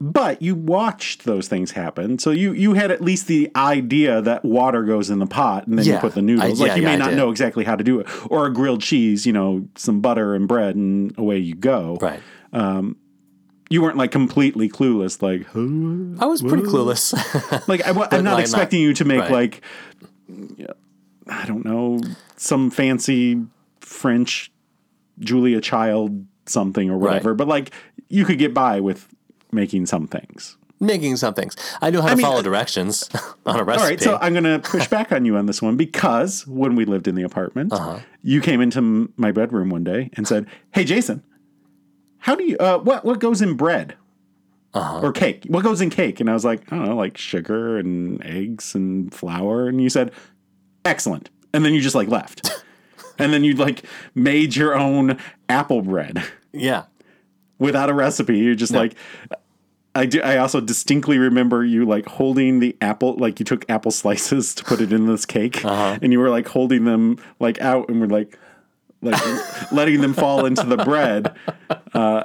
S1: But you watched those things happen, so you you had at least the idea that water goes in the pot and then you
S2: Yeah.
S1: put the noodles.
S2: I-
S1: like
S2: yeah,
S1: you may
S2: yeah, I
S1: not
S2: did.
S1: know exactly how to do it, or a grilled cheese, you know, some butter and bread, and away you go.
S2: Right.
S1: You weren't like completely clueless, like
S2: [laughs]
S1: huh?
S2: I was pretty clueless. [laughs]
S1: like I, am
S2: I'm
S1: not
S2: not-
S1: expecting you to make
S2: right.
S1: like I don't know some fancy French Julia Child something or whatever, but like you could get by with making some things.
S2: Making some things. I knew how to
S1: mean,
S2: follow
S1: uh,
S2: directions [laughs] on a recipe.
S1: All right, so I'm going to push back on you on this one because when we lived in the apartment, you came into m- my bedroom one day and said, "Hey, Jason, how do you uh, what what goes in bread or cake? What goes in cake?" And I was like, "I don't know, like sugar and eggs and flour." And you said, "Excellent," and then you just like left, and then you like made your own apple bread
S2: yeah.
S1: without a recipe. You're just like, I do. I also distinctly remember you like holding the apple, like you took apple slices to put it in this cake,
S2: Uh-huh.
S1: and you were like holding them like out, and we're like, like letting them fall into the bread. Uh,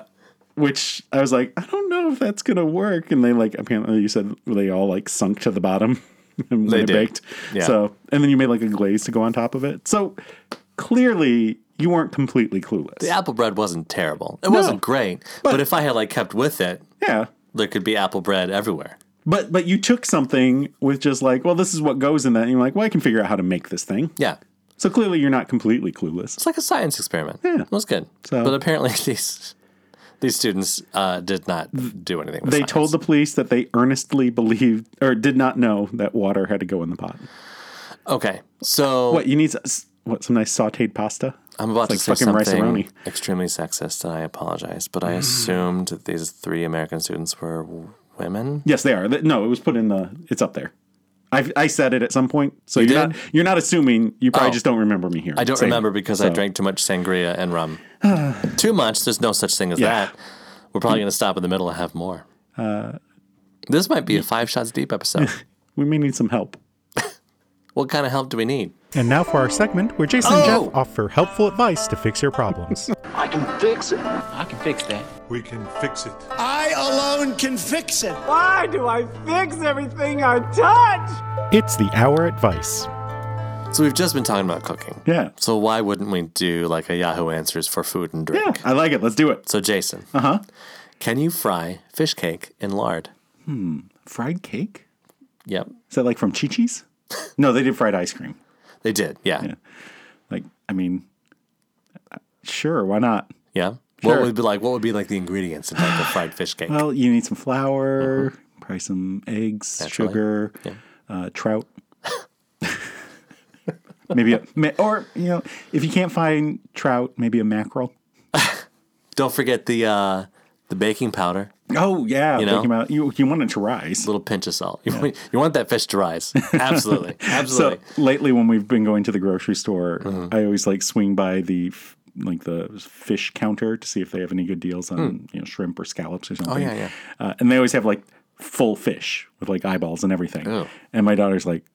S1: which I was like, I don't know if that's gonna work. And they like apparently you said they all like sunk to the bottom [laughs] when they
S2: did.
S1: baked.
S2: Yeah.
S1: So and then you made like a glaze to go on top of it. So clearly you weren't completely clueless.
S2: The apple bread wasn't terrible. It wasn't great, but, if I had like kept with it,
S1: Yeah.
S2: there could be apple bread everywhere.
S1: But but you took something with just like, well, this is what goes in that, and you're like, well, I can figure out how to make this thing.
S2: Yeah.
S1: So clearly, you're not completely clueless.
S2: It's like a science experiment.
S1: Yeah.
S2: It was good.
S1: So-
S2: But apparently [laughs] these these students uh, did not do anything with
S1: They
S2: science.
S1: told the police that they earnestly believed or did not know that water had to go in the pot.
S2: Okay. So
S1: What you need? s- What some nice sautéed pasta?
S2: I'm about
S1: It's
S2: to
S1: like
S2: say
S1: fucking
S2: something
S1: rice-a-roni.
S2: extremely sexist and I apologize, but
S1: [sighs]
S2: I assumed that these three American students were w- women.
S1: Yes, they are. Th- No, it was put in the. It's up there. I I said it at some point, so you are
S2: did?
S1: not you're not assuming. You probably
S2: Oh.
S1: just don't remember me here.
S2: I don't remember because I drank too much sangria
S1: [sighs]
S2: and rum. too much. There's no such thing as
S1: Yeah.
S2: that. We're probably going to stop in the middle and have more.
S1: Uh,
S2: this might be a five shots deep episode.
S1: [laughs] We may need some help.
S2: what kind of help do we need?
S4: And now for our segment where Jason and
S2: Oh!
S4: Jeff offer helpful advice to fix your problems.
S1: [laughs]
S5: I can fix it.
S6: I can fix that.
S3: We can fix it.
S7: I alone can fix it.
S8: Why do I fix everything I touch?
S4: it's the Hour Advice.
S2: So we've just been talking about cooking.
S1: Yeah.
S2: So why wouldn't we do like a Yahoo Answers for food and
S1: Yeah, Uh-huh.
S2: drink?
S1: I like it. Let's do it.
S2: So Jason, uh huh. Can you fry fish cake in lard?
S1: Fried cake?
S2: Yep,
S1: Is that like from Chi Chi's? no, they did fried ice cream.
S2: they did. Yeah, yeah.
S1: Like, I mean, sure, why not?
S2: What would be like? What would be like the ingredients in like a fried fish cake?
S1: Well, you need some flour, probably some eggs, sugar, uh, trout. maybe a, ma- or you know, if you can't find trout, maybe a mackerel.
S2: Don't forget the uh, the baking powder,
S1: Oh yeah, you
S2: know?
S1: about you, you want it to rise.
S2: little pinch of salt. You, want, you want that fish
S1: [laughs]
S2: to rise. Absolutely,
S1: So
S2: absolutely. Uh-huh.
S1: lately, when we've been going to the grocery store, I always like swing by the f- like the fish counter to see if they have any good deals on you know shrimp or scallops or something.
S2: Hmm. Oh, yeah, yeah.
S1: Uh, and they always have like full fish with like eyeballs and everything.
S2: Oh.
S1: And my daughter's like,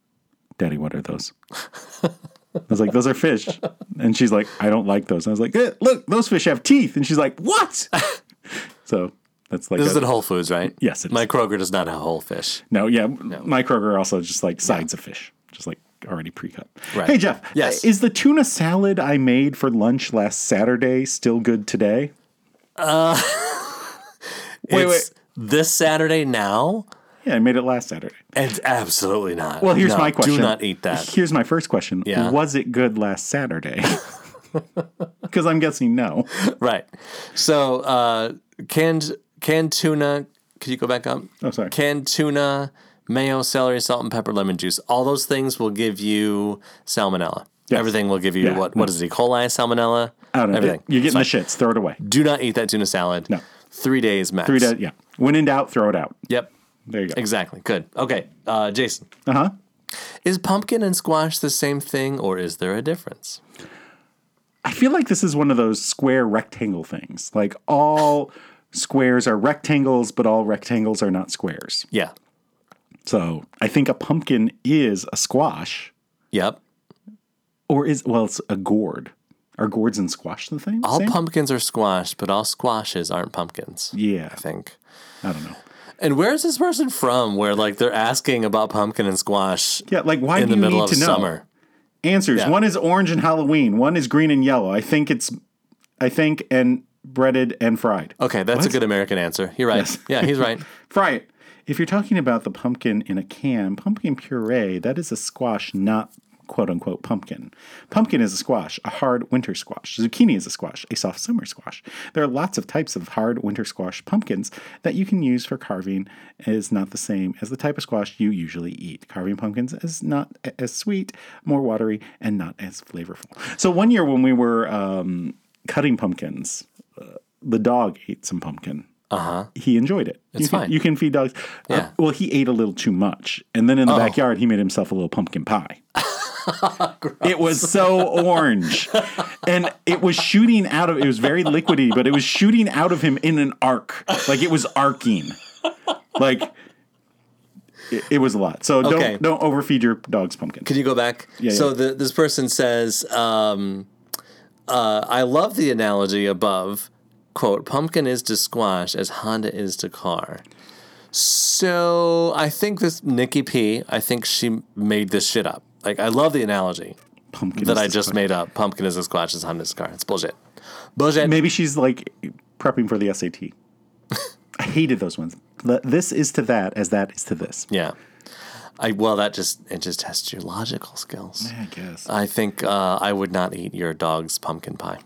S1: "Daddy, what are those?" I was like, "Those are fish," and she's like, "I don't like those." And I was like, "Eh, "Look, those fish have teeth," and she's like, "What?" [laughs] so that's like
S2: this is
S1: a-
S2: at Whole Foods, right?
S1: Yes, it
S2: My
S1: is.
S2: Kroger does not have whole fish.
S1: no, yeah. My Kroger also just like sides of fish, just like already pre cut.
S2: Right.
S1: Hey, Jeff.
S2: Yes.
S1: Is the tuna salad I made for lunch last Saturday still good today? Wait,
S2: it's This Saturday now?
S1: Yeah, I made it last Saturday.
S2: It's absolutely not.
S1: Well, here's
S2: No,
S1: my question.
S2: Do not
S1: [laughs]
S2: eat that.
S1: Here's my first question
S2: Yeah.
S1: Was it good last
S2: [laughs]
S1: Saturday? Because I'm guessing no.
S2: right. So, uh, canned canned tuna could you go back up?
S1: Oh, sorry.
S2: Canned tuna, mayo, celery, salt, and pepper, lemon juice. All those things will give you salmonella.
S1: Yes.
S2: Everything will give you
S1: Yeah.
S2: what? What is it? E. coli, salmonella,
S1: I don't know.
S2: everything.
S1: You're getting the shits. Throw it away.
S2: Do not eat that tuna salad.
S1: No.
S2: Three days max.
S1: Three days. Yeah. When in doubt, throw it out.
S2: Yep.
S1: There you go.
S2: Exactly. Good. Okay. Uh, Jason,
S1: Uh huh.
S2: is pumpkin and squash the same thing, or is there a difference?
S1: I feel like this is one of those square rectangle things. Like all squares are rectangles, but all rectangles are not squares.
S2: Yeah.
S1: So I think a pumpkin is a squash,
S2: Yep.
S1: or is well, it's a gourd. Are gourds and squash the thing?
S2: All
S1: same?
S2: pumpkins are squash, but all squashes aren't pumpkins.
S1: Yeah.
S2: I think.
S1: I don't know.
S2: And where's this person from? Where like they're asking about pumpkin and squash
S1: Yeah, like why
S2: in
S1: do
S2: the
S1: you
S2: middle
S1: need
S2: of
S1: to know?
S2: summer?
S1: Answers.
S2: Yeah.
S1: One is orange and Halloween. One is green and yellow. I think it's, I think and breaded and fried.
S2: Okay, that's a good American answer. You're right.
S1: Yes.
S2: Yeah,
S1: [laughs]
S2: he's right.
S1: Fry it. If you're talking about the pumpkin in a can, pumpkin puree, that is a squash, not quote unquote pumpkin. Pumpkin is a squash, a hard winter squash. Zucchini is a squash, a soft summer squash. There are lots of types of hard winter squash pumpkins that you can use for carving is not the same as the type of squash you usually eat. Carving pumpkins is not a- as sweet, more watery, and not as flavorful. So one year when we were um, cutting pumpkins, uh, the dog ate some pumpkin he enjoyed it. It's you can,
S2: Uh-huh. fine.
S1: You can feed dogs. Uh,
S2: Yeah. Oh.
S1: well, he ate a little too much, and then in the backyard, he made himself a little pumpkin
S2: [laughs]
S1: pie. it was so orange, and it was shooting out of. It was very liquidy, but it was shooting out of him in an arc, like it was arcing, like. It, it was a lot, so
S2: Okay.
S1: don't don't overfeed your dogs pumpkin.
S2: Can you go back? so The, this person says, um, uh, "I love the analogy above." Quote: Pumpkin is to squash as Honda is to car. So I think this Nikki P. I think she made this shit up. Like I love the analogy
S1: pumpkin
S2: that
S1: is
S2: I
S1: the
S2: just
S1: squash.
S2: made up. Pumpkin is a squash as Honda is a car. It's bullshit. Bullshit.
S1: Maybe she's like prepping for the SAT. I hated those ones. The- This is to that as that is to this.
S2: Yeah. I well, that just it just tests your logical skills.
S1: I guess.
S2: I think uh, I would not eat your dog's pumpkin pie.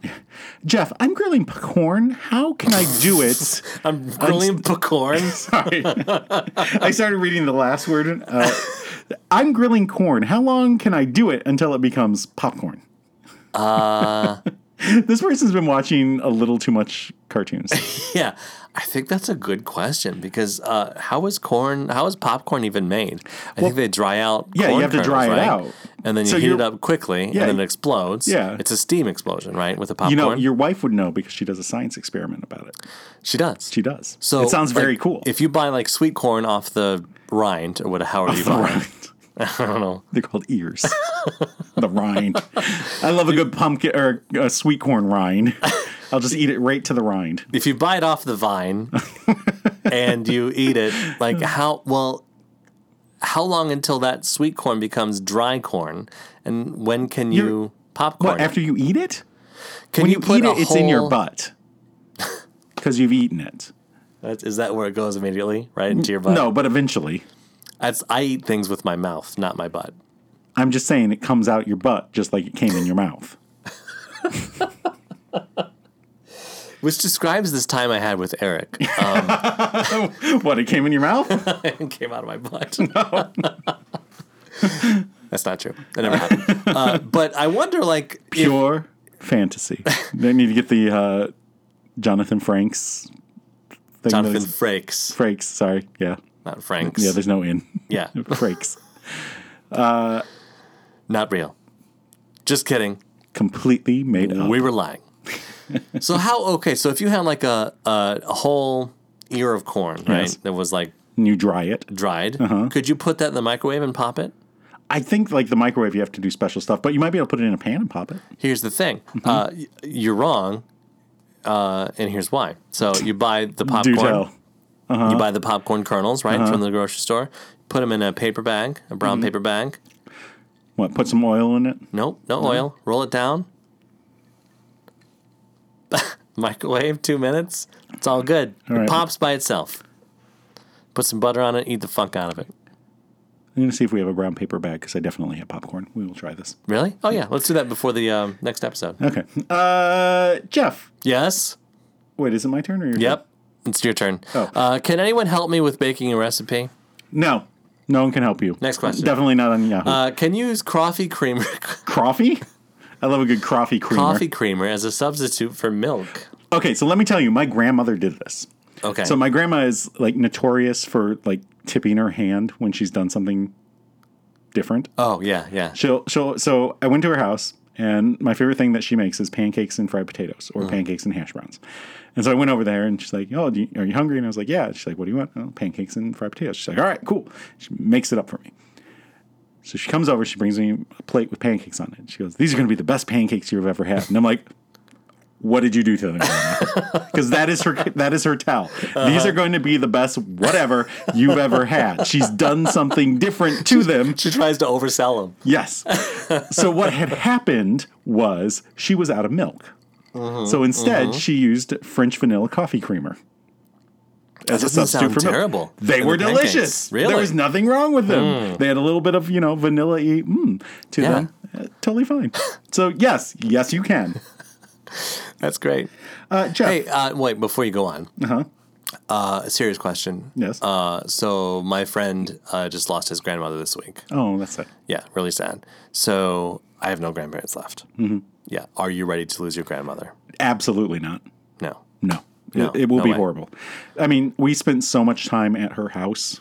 S1: Jeff, I'm grilling corn. How can I do
S2: [laughs]
S1: it?
S2: I'm grilling pecorn.
S1: Sorry. I started reading the last word. Uh, I'm grilling corn. How long can I do it until it becomes popcorn? Uh, [laughs] this person's been watching a little too much cartoons.
S2: [laughs] yeah, I think that's a good question because uh, how is corn? How is popcorn even made? I think they dry out.
S1: yeah, you
S2: corn
S1: have to dry
S2: kernels,
S1: it
S2: right?
S1: out.
S2: and then you
S1: So
S2: heat it
S1: you're-
S2: up quickly,
S1: Yeah,
S2: and then
S1: you-
S2: it explodes.
S1: yeah.
S2: it's a steam explosion, right? With a popcorn,
S1: You know, your wife would know because she does a science experiment about it.
S2: she does.
S1: She does.
S2: So
S1: it sounds very
S2: like,
S1: cool.
S2: If you buy like sweet corn off the rind or what, however you buy
S1: [laughs]
S2: it,
S1: Right.
S2: I don't know.
S1: They're called ears. the rind. I love a good pumpkin or a sweet corn rind. I'll just eat it right to the rind.
S2: if you buy it off the
S1: [laughs]
S2: vine and you eat it, like how well how long until that sweet corn becomes dry corn and when can you
S1: You're-
S2: popcorn?
S1: What,
S2: it?
S1: after you eat it?
S2: can
S1: when you,
S2: put
S1: eat
S2: a
S1: it, it's in your
S2: whole-
S1: butt because you've eaten it.
S2: That's- Is that where it goes immediately? Right into your butt?
S1: no, but eventually,
S2: That's I eat things with my mouth, not my butt.
S1: I'm just saying it comes out your butt just like it came in your mouth.
S2: Which describes this time I had with
S1: [laughs]
S2: Eric. [laughs] Uh,
S1: [laughs] what? It came in your mouth?
S2: it came out of my butt. [laughs] That's not true. That never happened. Uh, but I wonder, like,
S1: [laughs]
S2: if-
S1: Pure fantasy. They need to get the uh, Jonathan Franks. Thing
S2: Jonathan
S1: that's-
S2: Frakes,
S1: Frakes. Sorry. Yeah.
S2: not Franks.
S1: Yeah. There's no in.
S2: yeah.
S1: Frakes.
S2: Not real. Just kidding.
S1: Completely made up.
S2: We
S1: [laughs]
S2: were lying. so how okay, so if you had like a a, a whole ear of corn, right?
S1: Yes. Uh-huh.
S2: That was like
S1: and you dry it.
S2: dried. Could you put that in the microwave and pop it?
S1: I think like the microwave, you have to do special stuff, but you might be able to put it in a pan and pop it.
S2: Here's the thing.
S1: Mm-hmm.
S2: Uh, y- you're wrong. Uh, and here's why. So you buy the
S1: Do
S2: popcorn.
S1: tell. Uh-huh.
S2: You buy the popcorn kernels, right, from the grocery store. Put them in a paper bag, a
S1: Mm-hmm.
S2: brown paper bag.
S1: What? Put some oil in it.
S2: Nope,
S1: Mm-hmm.
S2: no oil. Roll it down. [laughs] Microwave, two minutes. It's all good.
S1: All right.
S2: It pops by itself. Put some butter on it, eat the funk out of it.
S1: I'm gonna see if we have a brown paper bag because I definitely have popcorn. We will try this.
S2: Really? Oh, yeah. Let's do that before the um, next episode.
S1: Okay. Uh, Jeff.
S2: Yes?
S1: Wait, is it my turn or your
S2: Yep. It's your turn.
S1: Oh.
S2: Uh, can anyone help me with baking a recipe?
S1: No, no one can help you.
S2: Next question.
S1: Definitely not on Yahoo.
S2: Uh, can you use coffee creamer, [laughs]
S1: Croffy? I love a good coffee creamer.
S2: coffee creamer as a substitute for milk?
S1: Okay, so let me tell you, my grandmother did this.
S2: Okay.
S1: So my grandma is like notorious for like tipping her hand when she's done something different.
S2: oh yeah, yeah.
S1: She'll she'll so I went to her house and my favorite thing that she makes is pancakes and fried potatoes or pancakes and hash browns. And so I went over there and she's like, "Oh, do you, are you hungry?" And I was like, "Yeah." She's like, "What do you want?" "Oh, pancakes and fried potatoes. She's like, "All right, cool." She makes it up for me. So she comes over, she brings me a plate with pancakes on it. She goes, "These are going to be the best pancakes you've ever had." And I'm like, "What did you do to them?" Because that is her that is her towel. These are going to be the best whatever you've ever had. She's done something different to them.
S2: She tries to oversell them.
S1: Yes. so what had happened was she was out of milk.
S2: Mm-hmm.
S1: so instead, she used French vanilla coffee creamer as a
S2: doesn't
S1: substitute
S2: sound
S1: for milk.
S2: terrible.
S1: They
S2: And
S1: were
S2: the pancakes.
S1: delicious.
S2: Really? Hmm.
S1: There was nothing wrong with them. They had a little bit of you know vanilla y mm, to
S2: Yeah.
S1: them. Uh, totally fine. So yes, yes you can.
S2: That's great.
S1: Uh, Jeff,
S2: Hey, uh, wait, before you go on. Uh-huh. A serious question.
S1: Yes.
S2: Uh, so my friend uh, just lost his grandmother this week.
S1: oh that's it.
S2: Yeah, really sad. So I have no grandparents left. Mm-hmm. Yeah. Are you ready to lose your grandmother?
S1: Absolutely not.
S2: No.
S1: No.
S2: No,
S1: it, it will
S2: no
S1: be
S2: way.
S1: horrible. I mean, we spent so much time at her house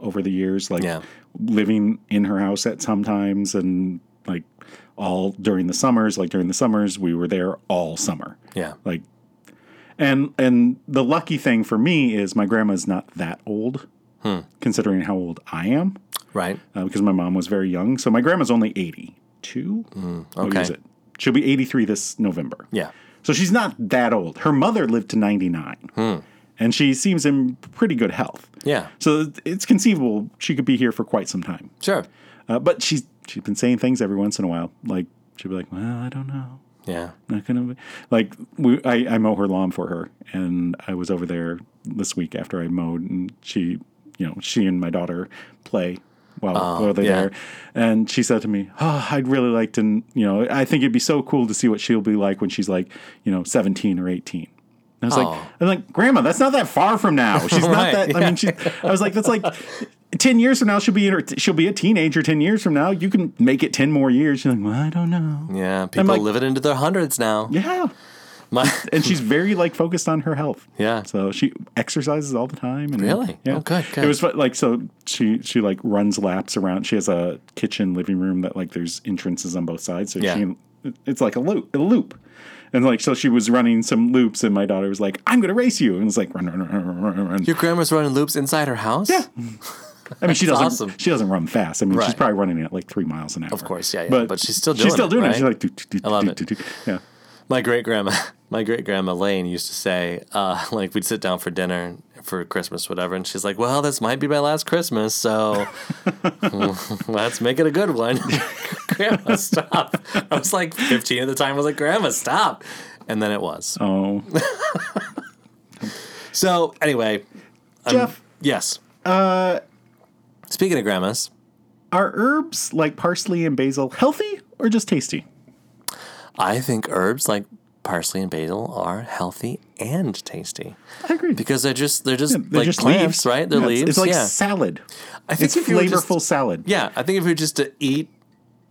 S1: over the years, like
S2: Yeah.
S1: living in her house at sometimes and like all during the summers, like during the summers, we were there all summer.
S2: Yeah.
S1: Like and and the lucky thing for me is my grandma's not that old
S2: Hmm.
S1: considering how old I am
S2: Right.
S1: uh, because my mom was very young. So my grandma's only 82. What
S2: Hmm. okay.
S1: is it? She'll be 83 this November.
S2: Yeah.
S1: So she's not that old. Her mother lived to 99. And she seems in pretty good health.
S2: Yeah.
S1: So it's conceivable she could be here for quite some time.
S2: Sure.
S1: Uh, but she's she's been saying things every once in a while. Like she'll be like, "Well, I don't know."
S2: Yeah.
S1: not gonna be like we, I, I mow her lawn for her and i was over there this week after i mowed and she you know she and my daughter play while, while they're
S2: Ah, yeah.
S1: there and she said to me oh i'd really like to you know i think it'd be so cool to see what she'll be like when she's like you know 17 or 18 and I was like, I was like, Grandma, that's not that far from now.
S2: [laughs]
S1: She's not
S2: Right,
S1: that. I mean, she. I was like, that's like ten years from now. She'll be in her, she'll be a teenager. Ten years from now, you can make it ten more years. She's like, well, I don't know.
S2: Yeah. People
S1: like-
S2: live it into their hundreds now.
S1: Yeah,
S2: My, [laughs]
S1: and she's very like focused on her health.
S2: Yeah.
S1: So she exercises all the time. And,
S2: Really?
S1: Yeah.
S2: Oh, good, good.
S1: It was fun, like so she she like runs laps around. She has a kitchen living room that like there's entrances on both sides. So
S2: Yeah.
S1: she it's like a loop a loop. And like so she was running some loops and my daughter was like, I'm gonna race you and it's like run run run run run run.
S2: your grandma's running loops inside her house? Yeah.
S1: I mean she doesn't
S2: awesome.
S1: she doesn't run fast. I mean she's
S2: Right.
S1: probably running at like three miles an hour. Of
S2: course, yeah, yeah, but she's still doing
S1: she's still
S2: it,
S1: doing
S2: right?
S1: it. She's like do, do, do,
S2: I love
S1: do,
S2: it.
S1: do, do. Yeah.
S2: My great grandma, [laughs] my great grandma Lane used to say, uh, [laughs] like we'd sit down for dinner for Christmas, whatever, and she's like, "Well, this might be my last Christmas, so [laughs] let's make it a good one." [laughs] grandma, stop! I was like 15 at the time. I was like, "Grandma, stop!" And then it was.
S1: Oh
S2: So anyway,
S1: Jeff,
S2: yes. Uh, speaking of grandmas,
S1: are herbs like parsley and basil healthy or just tasty?
S2: I think herbs like parsley and basil are healthy and tasty
S1: I agree.
S2: because they're just they're just
S1: They're
S2: like
S1: just
S2: plants,
S1: leaves.
S2: right? They're
S1: Yeah, it's-
S2: leaves.
S1: It's like
S2: yeah.
S1: salad.
S2: I
S1: It's
S2: if you were just-
S1: flavorful salad.
S2: Yeah, I think if you're just to eat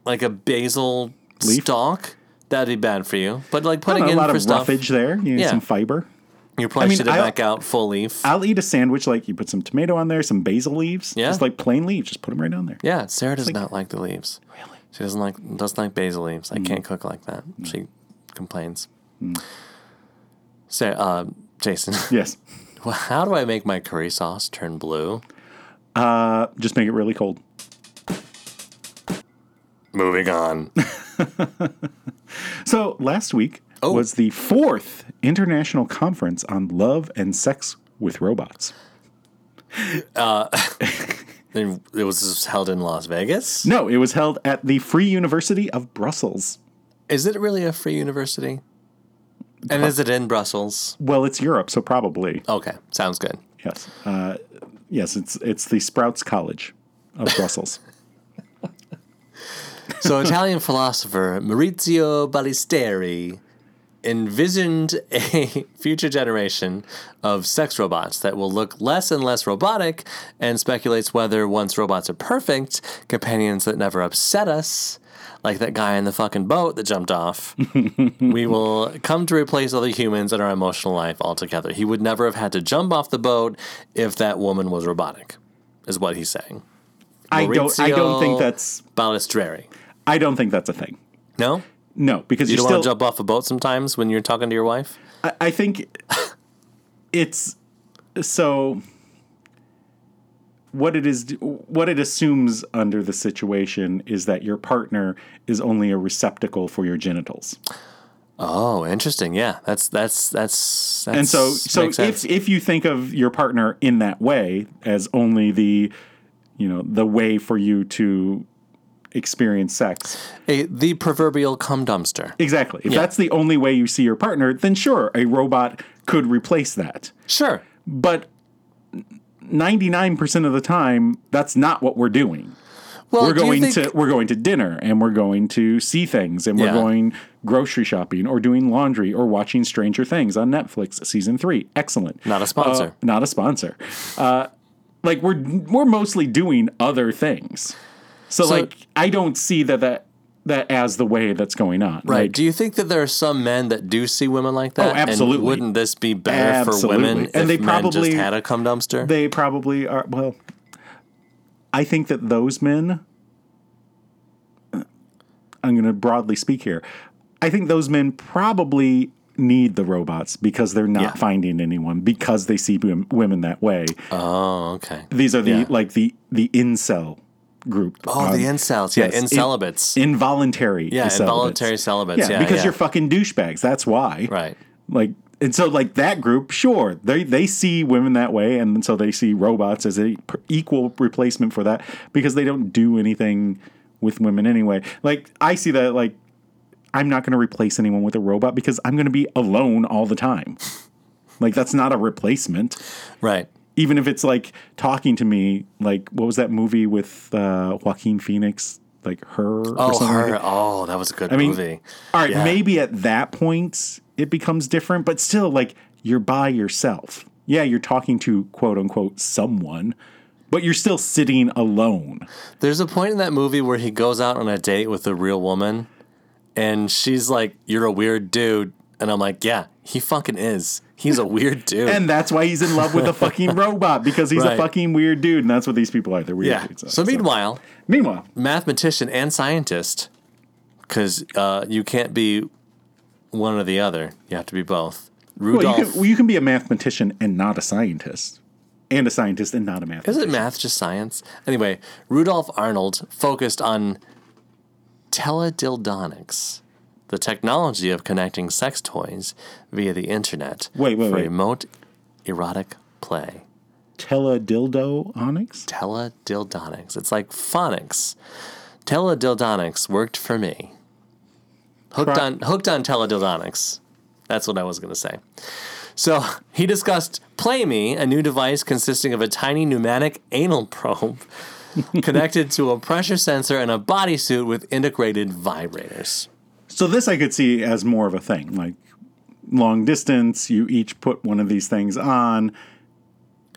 S2: like a basil
S1: Leaf?
S2: stalk, that'd be bad for you. But
S1: I
S2: like putting
S1: don't know,
S2: in
S1: a lot
S2: for
S1: of
S2: stuff,
S1: roughage there. You need
S2: Yeah.
S1: some fiber.
S2: you're probably
S1: I mean,
S2: should have
S1: I'll-
S2: back out full leaf.
S1: I'll eat a sandwich like you put some tomato on there, some basil leaves.
S2: Yeah.
S1: Just like plain leaves. Just put them right on there.
S2: yeah, Sarah does not like the leaves. Really, she doesn't like doesn't like basil leaves.
S1: Mm.
S2: I can't cook like that. She complains. Sarah, uh, Jason, [laughs]
S1: Yes.
S2: well, how do I make my curry sauce turn blue?
S1: Uh, just make it really cold. [laughs]
S2: Moving on.
S1: So last week
S2: Oh.
S1: was the fourth international conference on love and sex with robots.
S2: it was held in Las Vegas.
S1: No, it was held at the Free University of Brussels.
S2: Is it really a free university? And is it in Brussels?
S1: Well, it's Europe, so probably.
S2: Okay, sounds good.
S1: Yes. Uh, yes, it's it's the Sprouts College
S2: [laughs]
S1: of Brussels.
S2: So, Italian philosopher Maurizio Ballesteri envisioned a [laughs] future generation of sex robots that will look less and less robotic and speculates whether once robots are perfect, companions that never upset us, like that guy in the fucking boat that
S1: [laughs]
S2: jumped off, we will come to replace other humans in our emotional life altogether. He would never have had to jump off the boat if that woman was robotic, is what he's saying.
S1: I don't. I
S2: Maurizio
S1: don't think that's.
S2: Balestrieri.
S1: I don't think that's a thing.
S2: No?
S1: No, because you're
S2: You don't
S1: still.
S2: want to jump off a boat sometimes when you're talking to your wife?
S1: I, I think it's so what it is what it assumes under the situation is that your partner is only a receptacle for your genitals.
S2: Oh, interesting. Yeah, that's that's that's, that's
S1: And so so
S2: makes sense.
S1: if if you think of your partner in that way as only the you know the way for you to experience sex.
S2: A- the proverbial cum dumpster.
S1: Exactly. If that's the only way you see your partner, then sure, a robot could replace that.
S2: Sure.
S1: but 99% of the time that's not what we're doing
S2: Well,
S1: we're
S2: do you
S1: going to
S2: think-
S1: we're going to dinner and we're going to see things and we're
S2: Yeah.
S1: going grocery shopping or doing laundry or watching stranger things on netflix season 3 excellent
S2: Not a sponsor.
S1: Uh, not a sponsor uh, like we're we're mostly doing other things so,
S2: So-
S1: like i don't see that that that as the way that's going on
S2: Right.
S1: Like, Oh,
S2: do you think that there are some men that do see women like that? And
S1: absolutely.
S2: wouldn't this be better
S1: Absolutely.
S2: for women
S1: And
S2: if
S1: they
S2: men
S1: probably-
S2: just had a cum dumpster?
S1: they probably are well i think that those men i'm going to broadly speak here i think those men probably need the robots because they're not
S2: Yeah.
S1: finding anyone because they see wom- women that way
S2: oh, okay.
S1: these are the
S2: yeah.
S1: like the the incel group
S2: Oh, the incels. Yeah,
S1: Um, yes, in-
S2: incelibates.
S1: involuntary
S2: yeah,
S1: celibates.
S2: involuntary celibates. Yeah,
S1: yeah, because
S2: yeah.
S1: you're fucking douchebags that's why
S2: right.
S1: like and so like that group sure they they see women that way and so they see robots as a per- equal replacement for that because they don't do anything with women anyway like i see that like i'm not going to replace anyone with a robot because i'm going to be alone all the time like that's not a replacement
S2: Right.
S1: even if it's like talking to me like what was that movie with uh, joaquin phoenix like her or
S2: Oh,
S1: something like
S2: her.
S1: that?
S2: Oh, that was a good
S1: I mean,
S2: movie.
S1: all right,
S2: Yeah.
S1: maybe at that point it becomes different, but still, like you're by yourself. Yeah, you're talking to quote unquote someone, but you're still sitting alone.
S2: There's a point in that movie where he goes out on a date with a real woman, and she's like, "You're a weird dude," and I'm like, "Yeah, he fucking is. He's a weird
S1: [laughs]
S2: dude."
S1: And that's why he's in love
S2: [laughs]
S1: with a fucking robot because he's a
S2: Right.
S1: fucking weird dude, and that's what these people are. They're weird
S2: yeah.
S1: dudes.
S2: So meanwhile,
S1: meanwhile,
S2: mathematician and scientist, because uh, you can't be one or the other. You have to be both. Rudolph.
S1: well, you, can, well, you can be a mathematician and not a scientist, and a scientist and not a mathematician.
S2: Isn't math just science? Anyway, Rudolf Arnold focused on teledildonics, the technology of connecting sex toys via the internet
S1: Wait, wait,
S2: for
S1: wait.
S2: remote erotic play.
S1: Teledildo onyx?
S2: Teledildonics. It's like phonics. Teledildonics worked for me. Hooked
S1: Cro-
S2: on hooked on teledildonics. That's what I was gonna say. So he discussed PlayMe, a new device consisting of a tiny pneumatic anal probe [laughs] connected to a pressure sensor and a bodysuit with integrated vibrators.
S1: So this I could see as more of a thing, like long distance. You each put one of these things on,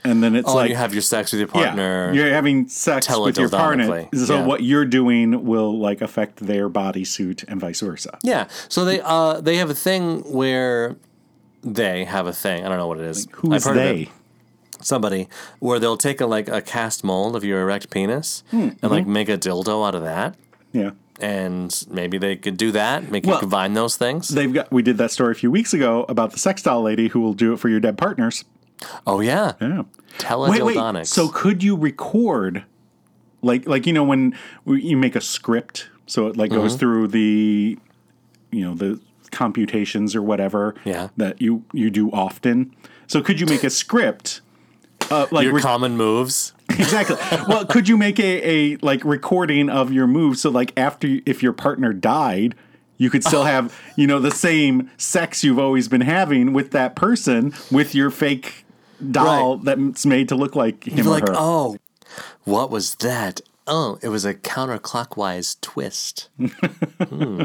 S1: and then it's
S2: Oh,
S1: like
S2: you have your sex with your
S1: yeah,
S2: partner.
S1: you're having sex with your partner.
S2: teledildonically.
S1: So
S2: Yeah.
S1: what you're doing will like affect their bodysuit and vice versa.
S2: Yeah. So they uh they have a thing where they have a thing. I don't know what it is.
S1: Who's
S2: I've heard of it.
S1: they?
S2: somebody where they'll take a like a cast mold of your erect penis
S1: Hmm,
S2: and
S1: mm-hmm.
S2: like make a dildo out of that
S1: Yeah,
S2: and maybe they could do that make
S1: Well,
S2: you combine those things
S1: they've got. We did that story a few weeks ago about the sex doll lady who will do it for your dead partners.
S2: oh yeah,
S1: Yeah. Wait,
S2: teledildonics
S1: wait. So could you record, like, like you know when we- you make a script, so it like goes through the, you know, the computations or whatever
S2: Yeah.
S1: that you you do often. So could you make a script, uh, like
S2: your
S1: re-
S2: common moves
S1: [laughs] exactly? well, could you make a a like recording of your move? So like after you- if your partner died. You could
S2: [laughs]
S1: still have, you know, the same sex you've always been having with that person with your fake doll that's made to look like him
S2: you're
S1: or
S2: like
S1: her.
S2: oh what was that oh it was a counterclockwise twist Hmm.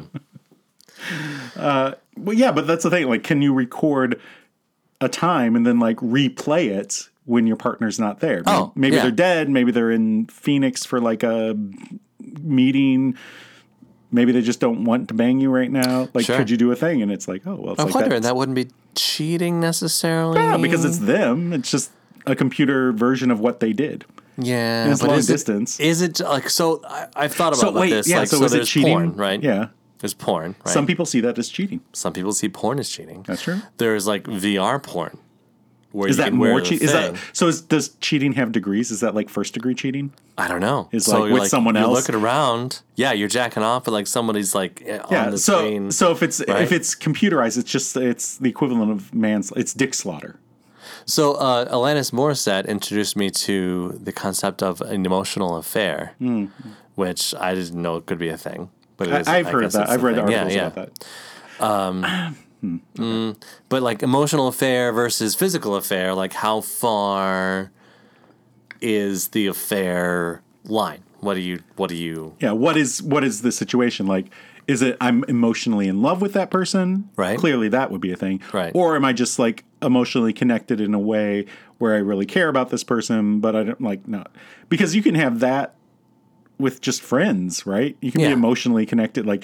S1: Well, yeah, but that's the thing. Like, can you record a time and then like replay it when your partner's not there? Maybe,
S2: Oh,
S1: maybe
S2: yeah.
S1: they're dead. Maybe they're in Phoenix for like a meeting. Maybe they just don't want to bang you right now. Like,
S2: Sure.
S1: could you do a thing? And it's like, oh well, it's
S2: I'm
S1: like
S2: wondering
S1: that.
S2: that wouldn't be cheating necessarily.
S1: Yeah, because it's them. It's just a computer version of what they did.
S2: yeah,
S1: it's long
S2: is
S1: distance.
S2: It, is it like so? I, I've thought
S1: So
S2: about
S1: wait,
S2: this.
S1: yeah.
S2: like,
S1: so, is it
S2: there's
S1: cheating?
S2: Porn, right?
S1: Yeah.
S2: there's porn. Right?
S1: Some people see that as cheating.
S2: Some people see porn as cheating.
S1: That's true.
S2: There's like VR porn. Where
S1: Is
S2: you
S1: that
S2: can wear
S1: more
S2: the
S1: cheating? Is that
S2: thing.
S1: so? Is, does cheating have degrees? Is that like first degree cheating?
S2: I don't know.
S1: Is, like,
S2: you're,
S1: with someone
S2: you're
S1: else?
S2: looking around. Yeah, you're jacking off, but like somebody's like eh, on the
S1: so,
S2: screen.
S1: So if it's
S2: right?
S1: if it's computerized, it's just it's the equivalent of man's it's dick slaughter.
S2: So uh, Alanis Morissette introduced me to the concept of an emotional affair, which I didn't know could be a thing. But it is,
S1: Hmm. I, I've
S2: I
S1: heard
S2: guess
S1: that.
S2: it's a
S1: I've read
S2: thing. Yeah,
S1: articles
S2: yeah.
S1: about that.
S2: But like emotional affair versus physical affair, like how far is the affair line? What do you? What do you?
S1: Yeah. What is what is the situation like? Is it I'm emotionally in love with that person?
S2: Right.
S1: Clearly, that would be a thing.
S2: Right.
S1: Or am I just like emotionally connected in a way where I really care about this person, but I don't like not because you can have that with just friends, right? You can
S2: Yeah.
S1: be emotionally connected, like.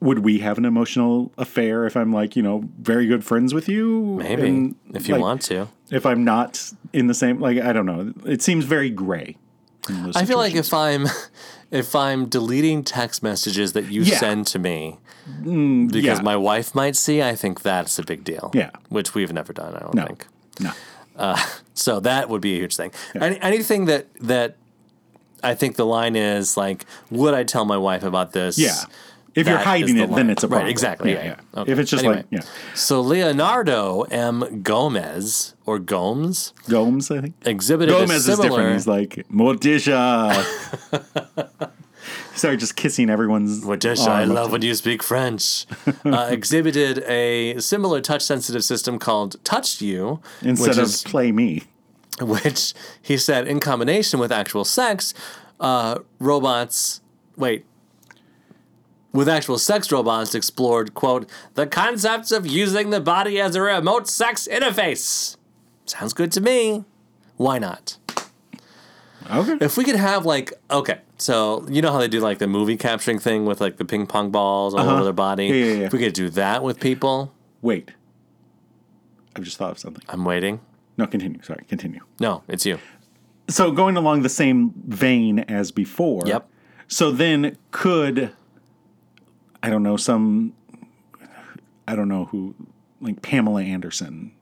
S1: Would we have an emotional affair if I'm like, you know, very good friends with you?
S2: Maybe
S1: And,
S2: if you
S1: like,
S2: want to.
S1: if I'm not in the same like I don't know. It seems very gray.
S2: I feel like if I'm [laughs] if I'm deleting text messages that you
S1: Yeah. Mm,
S2: send to me because
S1: yeah.
S2: my wife might see, I think that's a big deal.
S1: Yeah.
S2: which we've never done. I don't
S1: No.
S2: think
S1: No.
S2: so. That would be a huge thing. Any, anything that that I think the line is like, would I tell my wife about this?
S1: Yeah. If you're
S2: That
S1: hiding
S2: is the
S1: it, then
S2: line.
S1: it's a
S2: Right,
S1: problem.
S2: exactly.
S1: Yeah.
S2: Yeah,
S1: yeah.
S2: yeah. Okay.
S1: If it's just
S2: Anyway.
S1: like yeah,
S2: So Leonardo M. Gomez or Gomes
S1: Gomes, I think
S2: exhibited a
S1: Gomez is
S2: similar.
S1: different. He's like
S2: [laughs]
S1: Morticia. Sorry, just kissing everyone's.
S2: Morticia, I
S1: arm.
S2: love when you speak French. uh, exhibited a similar touch-sensitive system called Touched You,
S1: instead
S2: which
S1: of
S2: is
S1: play me.
S2: [laughs] which he said in combination with actual sex, uh, robots wait. With actual sex robots explored, quote, the concepts of using the body as a remote sex interface. Sounds good to me. Why not?
S1: Okay.
S2: If we could have like okay, so you know how they do like the movie capturing thing with like the ping pong balls all over their body.
S1: Uh-huh. Yeah, yeah, yeah.
S2: If we could do that with people,
S1: Wait. I've just thought of something.
S2: I'm waiting.
S1: No, continue. Sorry, continue.
S2: No, it's you.
S1: so going along the same vein as before.
S2: Yep.
S1: So then could I don't know some I don't know who like Pamela Anderson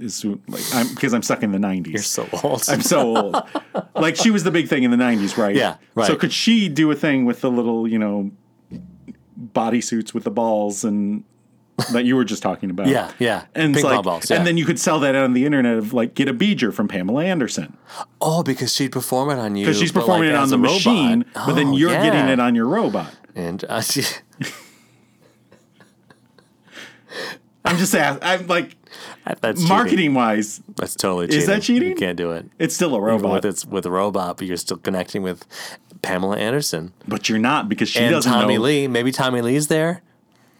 S1: is who, like I'm because I'm stuck in the 90s.
S2: You're so old.
S1: [laughs] I'm so old. like she was the big thing in the 90s, right?
S2: Yeah, right.
S1: So could she do a thing with the little, you know, bodysuits with the balls and that you were just talking about?
S2: Yeah, yeah.
S1: And it's
S2: Ping pong
S1: like,
S2: balls, yeah.
S1: and then you could sell that on the internet of like get a beager from Pamela Anderson
S2: oh, because she'd perform it on you.
S1: because she's
S2: but,
S1: performing
S2: like,
S1: it on
S2: as
S1: the
S2: a robot.
S1: machine, but then
S2: Oh,
S1: you're
S2: yeah.
S1: getting it on your robot.
S2: And uh, [laughs] she,
S1: I'm just asking. I'm like
S2: that's cheating.
S1: marketing wise,
S2: That's totally cheating.
S1: Is that
S2: You
S1: cheating?
S2: can't do it.
S1: it's still a
S2: Even
S1: robot,
S2: with it's with a robot, but you're still connecting with Pamela Anderson
S1: but you're not because she
S2: and
S1: doesn't
S2: Tommy
S1: know.
S2: Lee. Maybe Tommy Lee's there.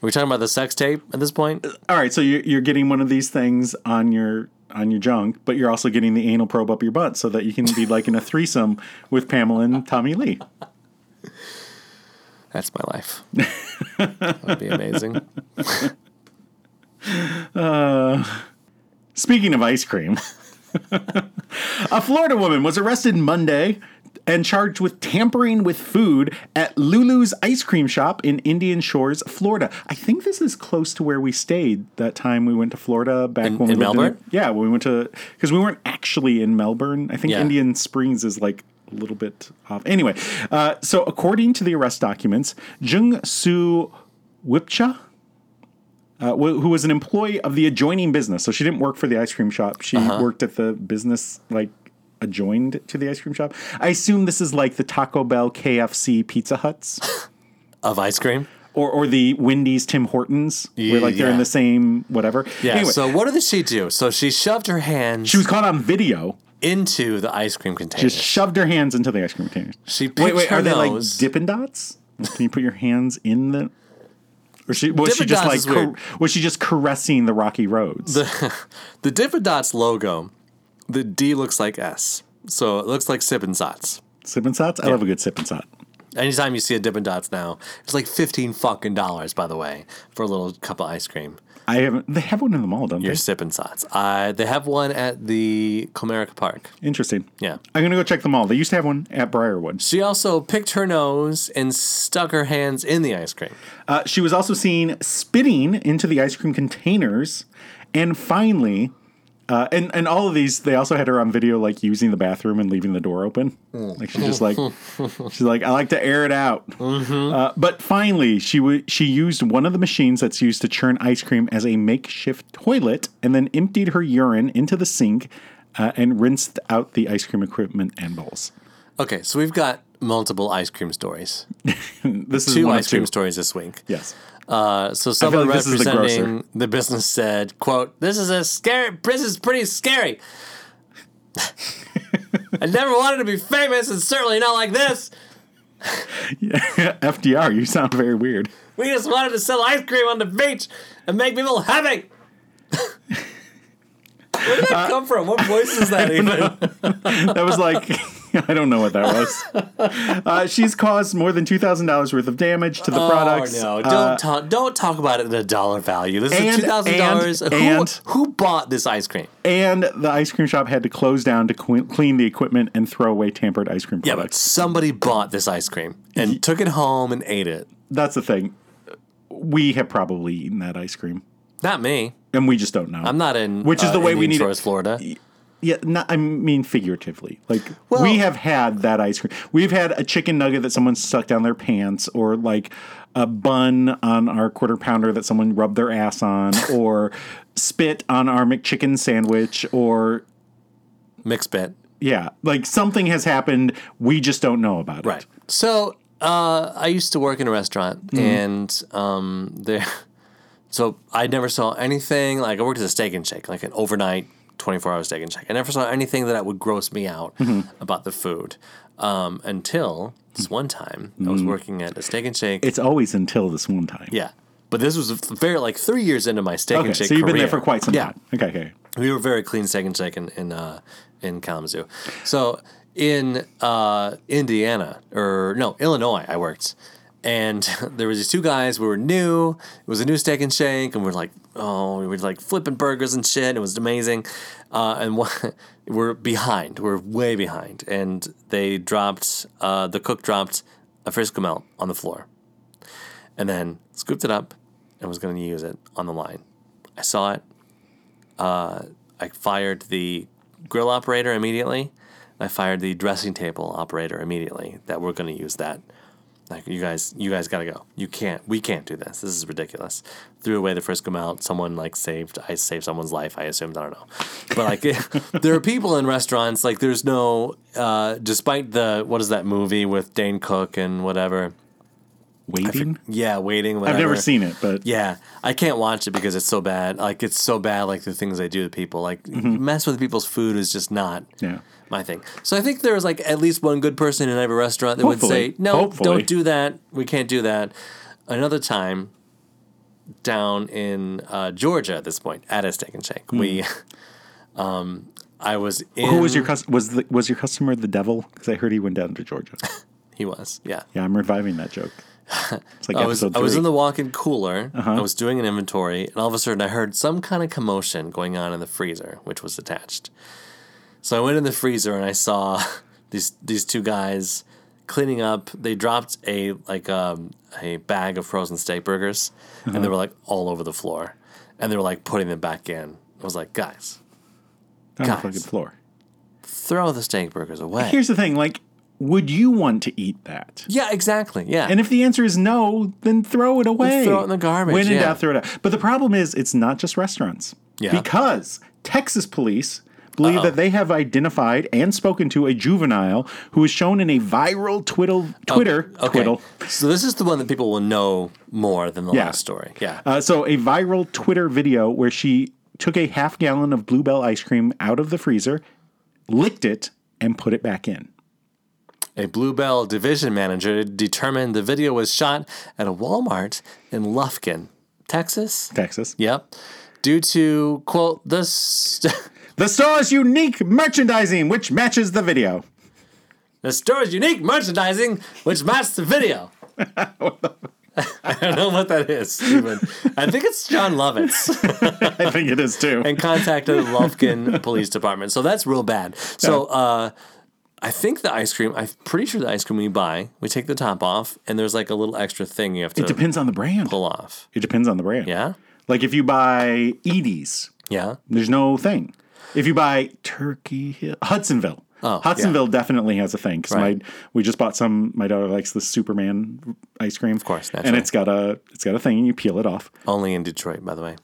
S2: We're talking about the sex tape at this point.
S1: All right, so you're, you're getting one of these things on your on your junk, but you're also getting the anal probe up your butt so that you can be
S2: [laughs]
S1: like in a threesome with Pamela and Tommy Lee.
S2: That's my
S1: [laughs]
S2: life. that would be amazing.
S1: Speaking of ice cream, [laughs] a Florida woman was arrested Monday and charged with tampering with food at Lulu's ice cream shop in Indian Shores, Florida. I think this is close to where we stayed that time we went to Florida back
S2: In-
S1: when we
S2: in
S1: lived
S2: Melbourne?
S1: yeah, when we went to because we weren't actually in Melbourne. I think
S2: Yeah.
S1: Indian Springs is like a little bit off. Anyway, uh, so according to the arrest documents, Jung Soo Wipcha uh, wh- who was an employee of the adjoining business. So she didn't work for the ice cream shop. She
S2: Uh-huh.
S1: worked at the business like adjoined to the ice cream shop. I assume this is like the Taco Bell, KFC, Pizza
S2: [laughs]
S1: Huts,
S2: Of ice cream.
S1: or or the Wendy's, Tim Hortons, where like they're
S2: Yeah.
S1: in the same whatever.
S2: Yeah.
S1: Anyway,
S2: So what did she do? So she shoved her hands
S1: she was caught on video.
S2: into the ice cream container.
S1: Just shoved her hands into the ice cream containers.
S2: She picked
S1: wait, wait,
S2: her
S1: are
S2: nose.
S1: they like Dippin' Dots? Can you put your hands in the? Or she, was she
S2: Dippin'
S1: just
S2: Dots
S1: like
S2: is
S1: ca-
S2: weird.
S1: was she just caressing the rocky roads?
S2: The Dippin' Dots logo, the D looks like S, so it looks like Sippin' Sots.
S1: sip and sots. I love a good sip and sot.
S2: Anytime you see a Dippin' Dots now, it's like fifteen fucking dollars, by the way, for a little cup of ice cream.
S1: I haven't. They have one in the mall, don't
S2: Your
S1: they?
S2: Sippin' Sots. Uh, they have one at the Comerica Park.
S1: Interesting.
S2: Yeah.
S1: I'm gonna go check the mall. They used to have one at Briarwood.
S2: She also picked her nose and stuck her hands in the ice cream.
S1: Uh, she was also seen spitting into the ice cream containers, and finally, uh, and and all of these, they also had her on video like using the bathroom and leaving the door open. Like she's just
S2: [laughs]
S1: like she's like I like to air it out.
S2: Mm-hmm.
S1: Uh, but finally, she w- she used one of the machines that's used to churn ice cream as a makeshift toilet, and then emptied her urine into the sink. Uh, and rinsed out the ice cream equipment and bowls. [laughs]
S2: Okay, so we've got multiple ice cream stories.
S1: This is
S2: Two
S1: one of
S2: ice cream
S1: two.
S2: stories this week.
S1: Yes.
S2: Uh, so someone
S1: like this is the
S2: representing the, business said, "quote This is a scary. This is pretty scary. [laughs] I never wanted to be famous, and certainly not like this.
S1: FDR, you sound very weird.
S2: We just wanted to sell ice cream on the beach and make people happy." [laughs] Where did that
S1: Uh,
S2: come from? What voice
S1: [laughs]
S2: is that even?
S1: That was like,
S2: [laughs]
S1: [laughs] I don't know what that was. Uh, she's caused more than $2,000 worth of damage to the products.
S2: Oh, no,
S1: Uh,
S2: don't talk. Don't talk about it in a dollar value. This
S1: and-
S2: is two thousand dollars.
S1: and-
S2: Who
S1: and-
S2: who bought this ice cream?
S1: and the ice cream shop had to close down to qu- clean the equipment and throw away tampered ice cream
S2: Yeah, but
S1: products.
S2: somebody bought this ice cream and took it home and ate it.
S1: That's the thing. We have probably eaten that ice cream.
S2: Not me.
S1: And we just don't know.
S2: I'm not in
S1: Which is
S2: uh,
S1: the way we
S2: Indian
S1: need it.
S2: Shores, Florida.
S1: Yeah, no, I mean figuratively. Like
S2: Well-
S1: we have had that ice cream. We've had a chicken nugget that someone stuck down their pants, or like a bun on our quarter pounder that someone rubbed their ass
S2: [laughs]
S1: on, or spit on our McChicken sandwich, or
S2: Mixed bit.
S1: yeah, like something has happened. We just don't know about
S2: Right.
S1: it.
S2: So uh, I used to work in a restaurant,
S1: Mm-hmm.
S2: and um, there. [laughs] So I never saw anything like I worked at a Steak and Shake, like an overnight twenty-four hour Steak and Shake. I never saw anything that would gross me out
S1: Mm-hmm.
S2: about the food um, until this one time I
S1: Mm-hmm.
S2: was working at a Steak and Shake.
S1: It's always until this one time.
S2: yeah. But this was very like three years into my steak
S1: Okay,
S2: and shake.
S1: so you've been there for
S2: career.
S1: quite some
S2: Yeah.
S1: time. Okay, okay.
S2: we were very clean steak and shake in in, uh, in Kalamazoo. So in uh, Indiana or no Illinois, I worked, and [laughs] there was these two guys. We were new. It was a new steak and shake, and we are like, oh, we were like flipping burgers and shit. It was amazing, uh, and [laughs] one, we're behind. We're way behind, and they dropped uh, the cook dropped a Frisco melt on the floor and then scooped it up and was going to use it on the line. I saw it. Uh, I fired the grill operator immediately. I fired the dressing table operator immediately that we're going to use that. Like you guys, you guys gotta go. You can't. We can't do this. This is ridiculous. Threw away the Frisco melt. Someone like saved. I saved someone's life. I assumed. I don't know. But like, [laughs] there are people in restaurants. Like, there's no. Uh, despite the what is that movie with Dane Cook and whatever.
S1: Waiting.
S2: Yeah, waiting. Whatever.
S1: I've never seen it, but
S2: Yeah, I can't watch it because it's so bad. Like it's so bad. Like the things they do to people. Like mess with people's food is just not
S1: Mm-hmm. Yeah.
S2: my thing. So I think there was like at least one good person in every restaurant that
S1: Hopefully.
S2: would say, "No,
S1: Hopefully.
S2: don't do that. We can't do that." Another time, down in uh, Georgia, at this point, at a Steak and Shake, we, um, [laughs] I was in.
S1: Hmm. Who was your cus- was the, was your customer the devil? Because I heard he went down to Georgia.
S2: He was, yeah.
S1: yeah, I'm reviving that
S2: [laughs]
S1: joke. It's like
S2: I was,
S1: episode
S2: I was
S1: three. Uh-huh.
S2: in the walk-in cooler. I was doing an inventory, and all of a sudden, I heard some kind of commotion going on in the freezer, which was attached. So I went in the freezer and I saw [laughs] these these two guys cleaning up. They dropped a like um, a bag of frozen steak burgers,
S1: Uh-huh.
S2: and they were like all over the floor, and they were like putting them back in. I was like, guys,
S1: on the
S2: Guys.
S1: fucking floor.
S2: throw the steak burgers away.
S1: Here's the thing, like, would you want to eat that?
S2: yeah, exactly. Yeah,
S1: And if the answer is no, then throw it away.
S2: throw it in the garbage,
S1: When in
S2: yeah.
S1: doubt, throw it out. But the problem is, it's not just restaurants.
S2: Yeah.
S1: Because Texas police believe that they have identified and spoken to a juvenile who is shown in a viral twiddle, Twitter twiddle.
S2: So this is the one that people will know more than the
S1: Yeah.
S2: last story. Yeah.
S1: Uh, so a viral Twitter video where she took a half gallon of Bluebell ice cream out of the freezer, licked it, and put it back in.
S2: A Bluebell division manager determined the video was shot at a Walmart in Lufkin, Texas.
S1: Texas.
S2: Yep. Due to, quote, the. St- [laughs]
S1: The store's unique merchandising, which matches the video.
S2: The store's unique merchandising, which matches the video. [laughs] I don't know what that is, Stephen. I think it's John Lovitz
S1: I think it is too.
S2: and contacted the Lufkin Police Department. So that's real bad. So uh, I think the ice cream, I'm pretty sure the ice cream we buy, we take the top off, and there's like a little extra thing you have to
S1: It depends on the brand.
S2: pull off.
S1: It depends on the brand.
S2: Yeah?
S1: Like if you buy Edie's,
S2: Yeah.
S1: there's no thing. If you buy Turkey Hill, Hudsonville.
S2: Oh,
S1: Hudsonville definitely has a thing because
S2: Right.
S1: my we just bought some. My daughter likes the Superman ice cream, of
S2: course,
S1: and
S2: naturally.
S1: it's got a it's got a thing. and You peel it off.
S2: Only in Detroit, by
S1: [laughs]
S2: the way.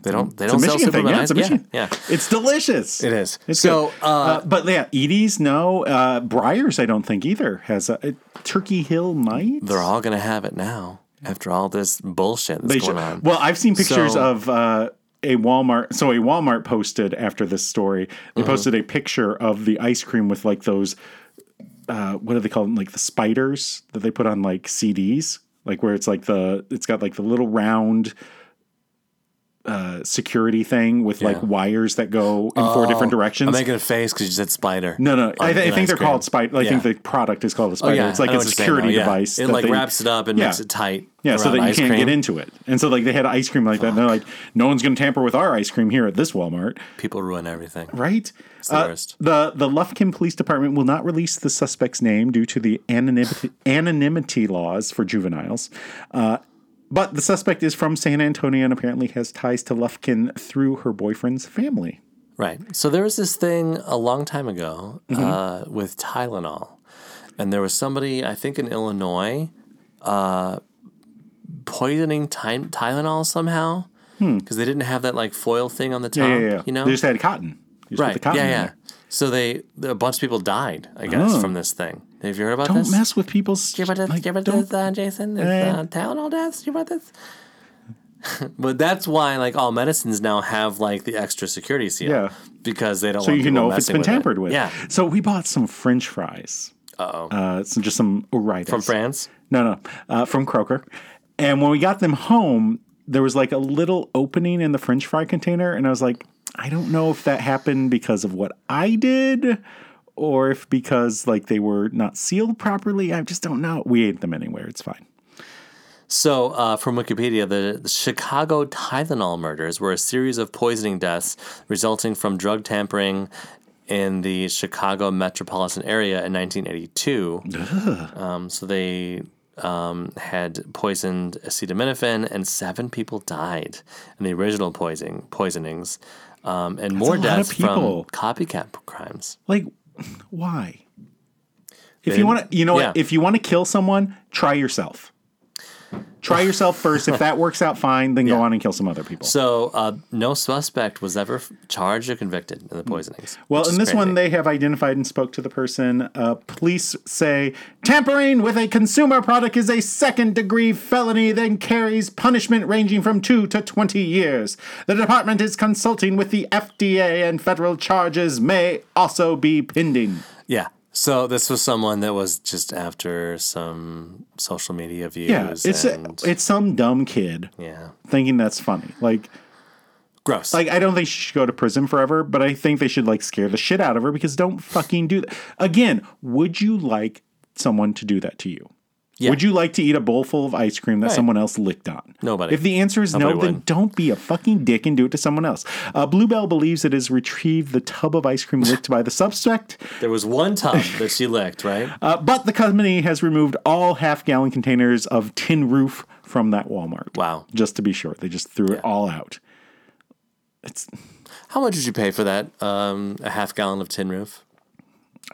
S2: They don't. They
S1: It's a
S2: don't sell
S1: Michigan thing.
S2: Superman
S1: Yeah, it's
S2: ice
S1: a
S2: Yeah,
S1: Michigan.
S2: yeah.
S1: it's delicious.
S2: It is.
S1: It's
S2: So,
S1: so,
S2: uh,
S1: uh, but yeah, Edie's no. Uh, Briars, I don't think either has a, it- Turkey Hill might.
S2: They're all gonna have it now after all this bullshit that's
S1: They should-
S2: going on.
S1: Well, I've seen pictures
S2: So-
S1: of uh, a Walmart. So a Walmart posted after this story. They
S2: Uh-huh.
S1: posted a picture of the ice cream with like those. Uh, what do they call them? Like the spiders that they put on like CDs, like where it's like the it's got like the little round. Uh, security thing with like
S2: Yeah. Oh,
S1: wires that go in four different directions.
S2: I'm making a face because you said spider.
S1: No, no. I,
S2: On-
S1: th-
S2: in
S1: I think
S2: ice
S1: they're
S2: cream.
S1: called spider. I think
S2: Yeah.
S1: the product is called a
S2: Oh,
S1: spider. It's like
S2: I know
S1: a
S2: what you're saying now,
S1: security
S2: yeah.
S1: device.
S2: It
S1: that
S2: like
S1: they-
S2: wraps it up and
S1: Yeah.
S2: makes it tight.
S1: Yeah, so
S2: around
S1: that you
S2: ice
S1: can't
S2: cream.
S1: get into it. And so like they had ice cream like that. And they're like, no one's going to tamper with our ice cream here at this Walmart,
S2: People ruin everything.
S1: right?
S2: the worst.
S1: the the Lufkin Police Department will not release the suspect's name due to the anonymity, anonymity laws for juveniles. Uh, but the suspect is from San Antonio and apparently has ties to Lufkin through her boyfriend's family.
S2: Right. So there was this thing a long time ago
S1: Mm-hmm.
S2: uh, with Tylenol, and there was somebody I think in Illinois uh, poisoning ty- Tylenol somehow because they didn't have that like foil thing on the top.
S1: Hmm. Yeah, yeah, yeah.
S2: You know,
S1: they just had cotton. They just put the cotton
S2: yeah,
S1: in
S2: yeah.
S1: there.
S2: So they a bunch of people died, I guess,
S1: Oh.
S2: from this thing. Have you heard about
S1: Don't
S2: this?
S1: mess with people's.
S2: you heard about this,
S1: like,
S2: you heard about
S1: don't-
S2: this uh, Jason? This,
S1: Eh.
S2: uh, Tylenol deaths? You heard about this? [laughs] but that's why, like, all medicines now have like the extra security seal.
S1: Yeah.
S2: Because they don't.
S1: so
S2: want
S1: you can
S2: people
S1: know if it's
S2: messing
S1: been
S2: it.
S1: tampered with.
S2: Yeah.
S1: So we bought some French fries. Uh-oh. Uh Some just some Oritas.
S2: From France.
S1: No, no, uh, from Croker. And when we got them home, there was like a little opening in the French fry container, and I was like, I don't know if that happened because of what I did, or if because like they were not sealed properly. I just don't know. We ate them anywhere. It's fine.
S2: So, uh, from Wikipedia, the, the Chicago Tylenol murders were a series of poisoning deaths resulting from drug tampering in the Chicago metropolitan area in 1982. Um, so they um, had poisoned acetaminophen, and seven people died in the original poisoning poisonings, um, and more
S1: a lot of
S2: deaths from
S1: people.
S2: copycat crimes.
S1: Like, why? If
S2: They-
S1: you want to, you know
S2: yeah.
S1: what? If you want to kill someone, try yourself. Try yourself first. If
S2: [laughs]
S1: that works out fine, then go on and kill some other people.
S2: So, uh, no suspect was ever f- charged or convicted in the poisonings.
S1: Hmm. well,
S2: which
S1: in
S2: is
S1: this
S2: crazy.
S1: one, they have identified and spoke to the person. Uh, police say tampering with a consumer product is a second degree felony, then carries punishment ranging from two to 20 years. The department is consulting with the FDA, and federal charges may also be pending.
S2: Yeah. So this was someone that was just after some social media views.
S1: Yeah, it's,
S2: and,
S1: it's some dumb kid
S2: yeah,
S1: thinking that's funny. Like,
S2: gross.
S1: like I don't think she should go to prison forever, but I think they should like scare the shit out of her because don't fucking do that. Again, would you like someone to do that to you?
S2: Yeah.
S1: Would you like to eat a bowl full of ice cream that someone else licked on?
S2: Nobody.
S1: If the answer is no,
S2: Nobody
S1: then
S2: would.
S1: don't be a fucking dick and do it to someone else. Uh, Bluebell believes it has retrieved the tub of ice cream licked by the suspect,
S2: there was one tub that she licked, right?
S1: uh, but the company has removed all half gallon containers of tin roof from that Walmart.
S2: Wow.
S1: Just to be sure, they just threw it all out. It's
S2: How much did you pay for that? Um, a half gallon of tin roof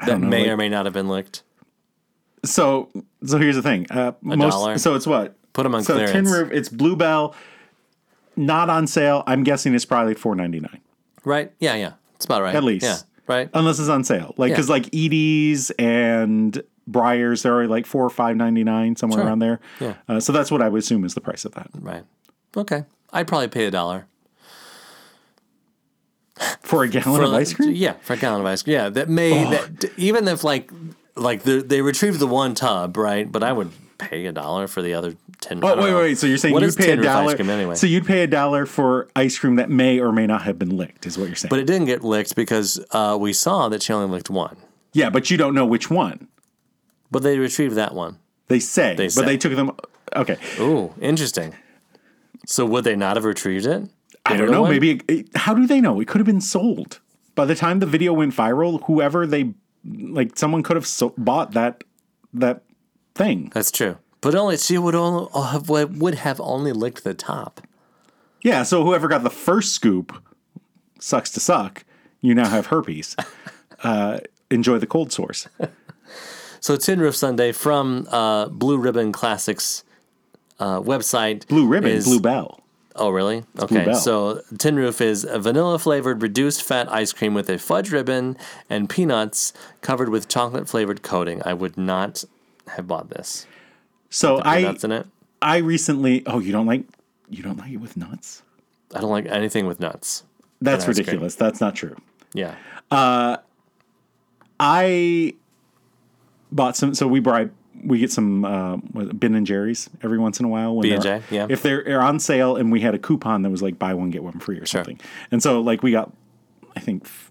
S2: that
S1: don't know,
S2: may
S1: like-
S2: or may not have been licked.
S1: So so here's the thing. Uh, most,
S2: dollar?
S1: So it's what?
S2: Put 'em on
S1: so
S2: clearance.
S1: Tin roof. It's Bluebell. Not on sale. I'm guessing it's probably four ninety nine,
S2: Right? Yeah, yeah. It's about right.
S1: at least. Uh,
S2: Yeah. Right.
S1: Unless it's on sale, like
S2: Yeah.
S1: because like Edie's and Briars, they're already like four or five ninety nine somewhere
S2: Sure.
S1: around there.
S2: Yeah.
S1: Uh, so that's what I would assume is the price of that
S2: right. Okay. I'd probably pay a dollar
S1: for a gallon of
S2: like-
S1: ice cream.
S2: Yeah, for a gallon of ice cream. Yeah, that may that, even if like like they they retrieved the one tub, right? But I would pay a dollar for the other ten. I
S1: Oh
S2: don't
S1: wait,
S2: know.
S1: wait, wait. So you're saying
S2: What
S1: you'd
S2: is
S1: pay a
S2: tin with ice
S1: dollar?
S2: cream anyway?
S1: So you'd pay a dollar for ice cream that may or may not have been licked, is what you're saying.
S2: but it didn't get licked because uh, we saw that she only licked one.
S1: yeah, but you don't know which one.
S2: But they retrieved that one.
S1: They say,
S2: They
S1: but
S2: say.
S1: they took them. Okay,
S2: Ooh, interesting. So would they not have retrieved it?
S1: I
S2: The
S1: don't
S2: other
S1: know.
S2: one?
S1: Maybe it, it- how do they know? It could have been sold by the time the video went viral. Whoever they like, someone could have so- bought that that thing.
S2: that's true. But only she would only uh, have would have only licked the top.
S1: Yeah. So whoever got the first scoop sucks to suck. You now have
S2: [laughs]
S1: herpes. uh, enjoy the cold source.
S2: So Tin Roof Sunday from uh, Blue Ribbon Classics uh, website.
S1: Blue ribbon,
S2: is-
S1: blue bell.
S2: Oh, really? Okay.
S1: Bell.
S2: So Tin Roof is a vanilla flavored reduced fat ice cream with a fudge ribbon and peanuts covered with chocolate flavored coating. I would not have bought this.
S1: So I
S2: Peanuts in it.
S1: I recently. Oh, you don't like you don't like it with nuts.
S2: I don't like anything with nuts.
S1: That's
S2: That's great.
S1: ridiculous. That's not true.
S2: Yeah.
S1: I bought some. So we buy we get some uh, what- Ben and Jerry's every once in a while when
S2: B&J,
S1: they're-
S2: yeah.
S1: if they're, they're on sale and we had a coupon that was like buy one get one free or something. And so like we got I think f-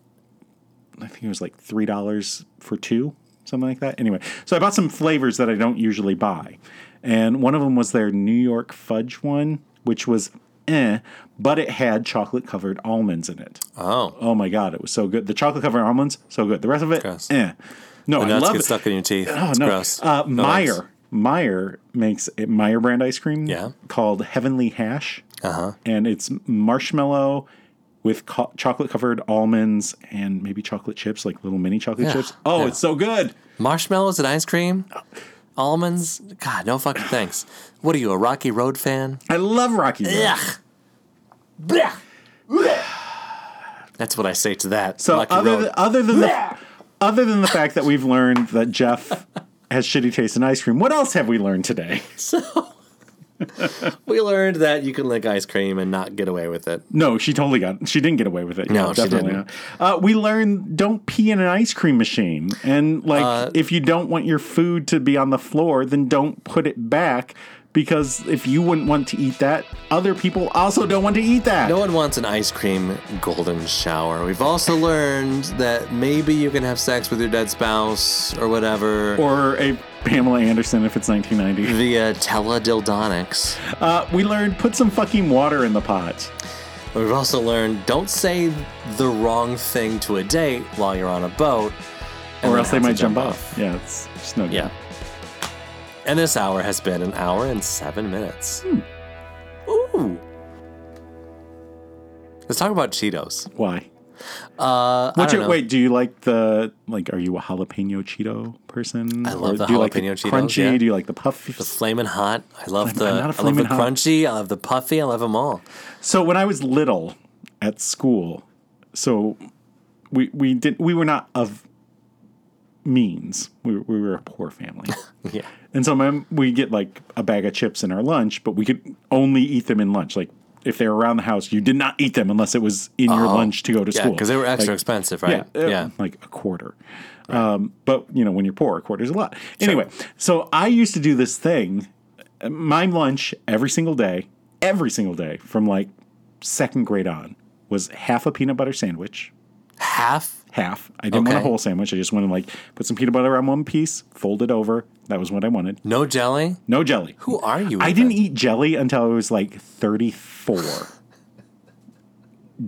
S1: I think it was like three dollars for two something like that. Anyway, so I bought some flavors that I don't usually buy, and one of them was their New York fudge one, which was. Eh, but it had chocolate covered almonds in it.
S2: Oh.
S1: Oh my god, it was so good. The chocolate covered almonds, so good. The rest of it,
S2: Gross.
S1: eh. No,
S2: The
S1: I
S2: nuts
S1: love
S2: get
S1: it.
S2: stuck in your teeth.
S1: Oh
S2: it's
S1: no,
S2: gross.
S1: Uh,
S2: No
S1: Meyer
S2: thanks.
S1: Meyer makes a Meyer brand ice cream.
S2: Yeah. Uh-huh.
S1: called Heavenly Hash. Uh huh. And it's marshmallow with co- chocolate covered almonds and maybe chocolate chips, like little mini chocolate
S2: Yeah,
S1: chips. Oh,
S2: yeah.
S1: it's so good.
S2: Marshmallows and ice cream? Almonds? God, no fucking thanks. What are you, a Rocky Road fan?
S1: I love Rocky. Road.
S2: Ugh. Blech. That's what I say to that.
S1: So
S2: Rocky
S1: other
S2: Road.
S1: than, other than the other than the fact that we've learned that Jeff [laughs] has shitty taste in ice cream, what else have we learned today?
S2: we learned that you can lick ice cream and not get away with it.
S1: No, she totally got. She didn't get away with it.
S2: No, she
S1: definitely
S2: didn't.
S1: not. Uh, we learned don't pee in an ice cream machine, and like
S2: Uh,
S1: if you don't want your food to be on the floor, then don't put it back because if you wouldn't want to eat that, other people also don't want to eat that.
S2: No one wants an ice cream golden shower. We've also learned that maybe you can have sex with your dead spouse or whatever
S1: Or a Pamela Anderson if it's 1990.
S2: via teledildonics.
S1: Uh, we learned put some fucking water in the pot.
S2: We've also learned don't say the wrong thing to a date while you're on a boat, and
S1: Or
S2: then
S1: else they
S2: have to
S1: might jump off. Yeah, it's just no good.
S2: Yeah. And this hour has been an hour and seven minutes.
S1: Hmm.
S2: Ooh. Let's talk about Cheetos.
S1: Why?
S2: Uh, I
S1: What's
S2: don't
S1: your
S2: know.
S1: wait? Do you like the like? Are you a jalapeno Cheeto person?
S2: I love the
S1: do you like
S2: jalapeno Cheetos,
S1: Crunchy?
S2: yeah.
S1: Do you like the puffy?
S2: The flamin' hot. I love the.
S1: I'm
S2: I
S1: not a
S2: love the
S1: Flamin' Hot.
S2: crunchy. I love the puffy. I love them all.
S1: So when I was little at school, so we we did we were not of means. We were, we were a poor family.
S2: [laughs] Yeah.
S1: And so my, we get like a bag of chips in our lunch, but we could only eat them in lunch. Like if they were around the house, you did not eat them unless it was in your lunch to go to
S2: Oh, Yeah,
S1: school.
S2: because they were extra
S1: Like,
S2: expensive, right?
S1: Yeah,
S2: Yeah.
S1: uh, like a quarter. Um, but you know, when you're poor, a quarter's a lot. Anyway, so I used to do this thing, uh, my lunch every single day, every single day from like second grade on was half a peanut butter sandwich.
S2: Half.
S1: Half. I didn't want a
S2: Okay.
S1: whole sandwich. I just wanted like put some peanut butter on one piece, fold it over. That was what I wanted.
S2: No jelly.
S1: No jelly.
S2: Who are you?
S1: I didn't
S2: even?
S1: eat jelly until I was like 34.
S2: [laughs]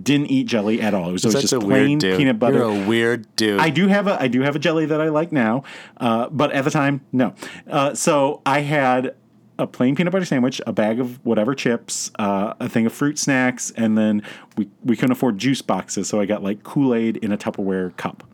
S1: didn't eat jelly at all. It was, always
S2: Such
S1: just
S2: a
S1: plain
S2: weird dude.
S1: peanut butter.
S2: You're a weird dude.
S1: I do have a I do have a jelly that I like now, uh, but at the time, no. Uh, so I had a plain peanut butter sandwich, a bag of whatever chips, uh, a thing of fruit snacks, and then we we couldn't afford juice boxes, so I got like Kool Aid in a Tupperware cup.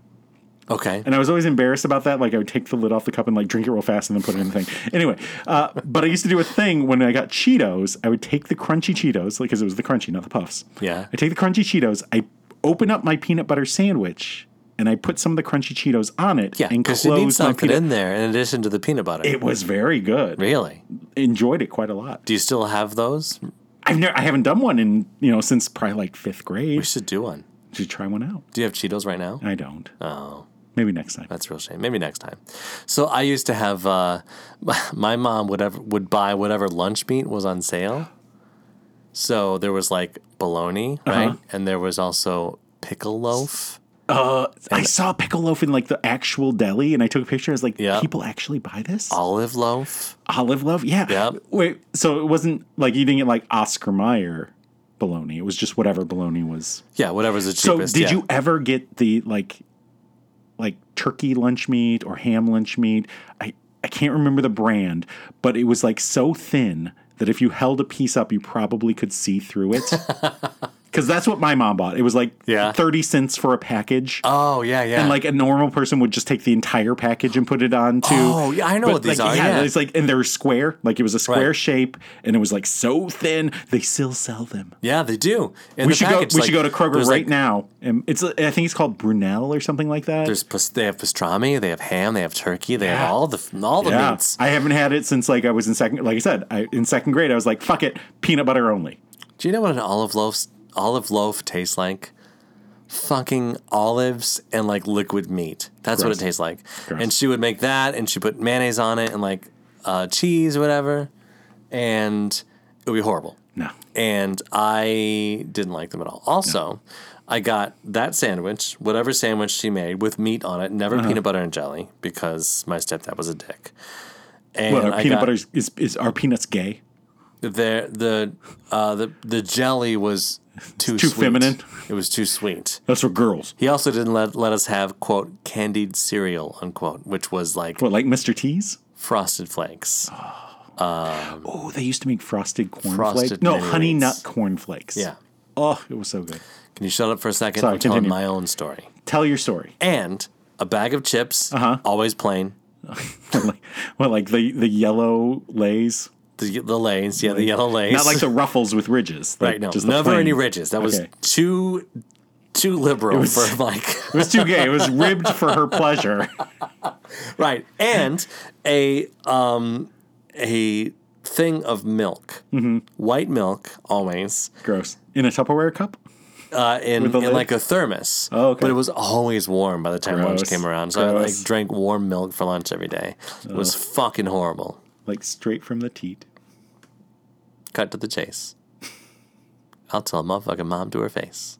S2: okay.
S1: And I was always embarrassed about that. Like I would take the lid off the cup and like drink it real fast and then put it in the thing. Anyway, uh, but I used to do a thing when I got Cheetos. I would take the crunchy Cheetos, like because it was the crunchy, not the puffs.
S2: Yeah.
S1: I take the crunchy Cheetos. I open up my peanut butter sandwich and I put some of the crunchy Cheetos on it.
S2: Yeah,
S1: and
S2: because you need
S1: close my
S2: something
S1: peanut.
S2: in there in addition to the peanut butter.
S1: It was very good.
S2: really?
S1: Enjoyed it quite a lot.
S2: Do you still have those?
S1: I've never, I haven't done one in you know since probably like fifth grade.
S2: We should do one.
S1: Should try one out.
S2: Do you have Cheetos right now?
S1: I don't.
S2: Oh.
S1: Maybe next time.
S2: That's a real shame. Maybe next time. So I used to have uh, [laughs] my mom would ever, would buy whatever lunch meat was on sale. So there was like bologna,
S1: Uh-huh.
S2: right? And there was also pickle loaf.
S1: I saw pickle loaf in like the actual deli, and I took a picture. I was like,
S2: Yeah. Uh,
S1: people actually buy this
S2: Olive loaf?
S1: olive loaf. Yeah.
S2: Yep.
S1: Wait, so it wasn't like eating it like Oscar Mayer bologna. It was just whatever bologna was.
S2: Yeah, whatever's the
S1: So
S2: cheapest.
S1: did
S2: yeah.
S1: you ever get the like like turkey lunch meat or ham lunch meat? I I can't remember the brand, but it was like so thin that if you held a piece up, you probably could see through
S2: [laughs]
S1: it. Cuz that's what my mom bought. It was like
S2: Yeah.
S1: 30 cents for a package.
S2: Oh yeah, yeah.
S1: and like a normal person would just take the entire package and put it on to
S2: Oh, yeah, I know what these
S1: like,
S2: are, yeah.
S1: it's like and they're square like it was a square
S2: Right.
S1: shape and it was like so thin they still sell them
S2: yeah, they do. In
S1: we
S2: the
S1: should
S2: package,
S1: go. We
S2: like,
S1: should go to Kroger right
S2: there's, like,
S1: now. And it's I think it's called Brunel or something like that.
S2: There's pas- they have pastrami, they have ham, they have turkey, they have all the all the
S1: yeah,
S2: meats.
S1: I haven't had it since like I was in second. Like I said, I, in second grade, I was like, "Fuck it, peanut butter only."
S2: Do you know what an olive loaf olive loaf tastes like? Fucking olives and like liquid meat. That's what it tastes like. And she would make that, and she put mayonnaise on it, and like uh, cheese or whatever, and it would be horrible.
S1: No,
S2: And I didn't like them at all. Also, I got that sandwich, whatever sandwich she made with meat on it, never
S1: Uh-huh.
S2: peanut butter and jelly because my stepdad was a dick. And
S1: well, our
S2: I
S1: peanut
S2: got-
S1: butter is, is is our peanuts gay?
S2: there the uh the the jelly was too
S1: too
S2: sweet.
S1: feminine.
S2: It was too sweet.
S1: That's for girls.
S2: He also didn't let let us have quote candied cereal unquote, which was like
S1: What like Mr. T's?
S2: frosted flakes.
S1: Oh, they used to make frosted cornflakes.
S2: Frosted
S1: No,
S2: mini
S1: honey
S2: wheats.
S1: nut cornflakes.
S2: Yeah.
S1: Oh, it was so good.
S2: Can you shut up for a second?
S1: Sorry,
S2: I'm telling
S1: continue.
S2: my own story.
S1: Tell your story. [laughs]
S2: And a bag of chips,
S1: Uh-huh.
S2: always plain.
S1: like, well, like the the yellow lays,
S2: The, the lanes, yeah, the yellow lanes.
S1: not like the ruffles with ridges. Like,
S2: [laughs] right, no,
S1: just the
S2: never
S1: plain.
S2: any ridges. That was
S1: Okay.
S2: too too liberal for like
S1: It was too gay. It
S2: [laughs]
S1: was ribbed for her pleasure.
S2: right and a um a thing of milk
S1: Mm-hmm.
S2: white milk always
S1: Gross. In a Tupperware cup?
S2: uh in,
S1: a
S2: in
S1: lid?
S2: like a thermos
S1: Oh, okay.
S2: but it was always warm by the time lunch
S1: Gross.
S2: came around so i
S1: Gross.
S2: like drank warm milk for lunch every day it was fucking horrible
S1: Like straight from the teat.
S2: cut to the chase i'll tell motherfucking mom to her face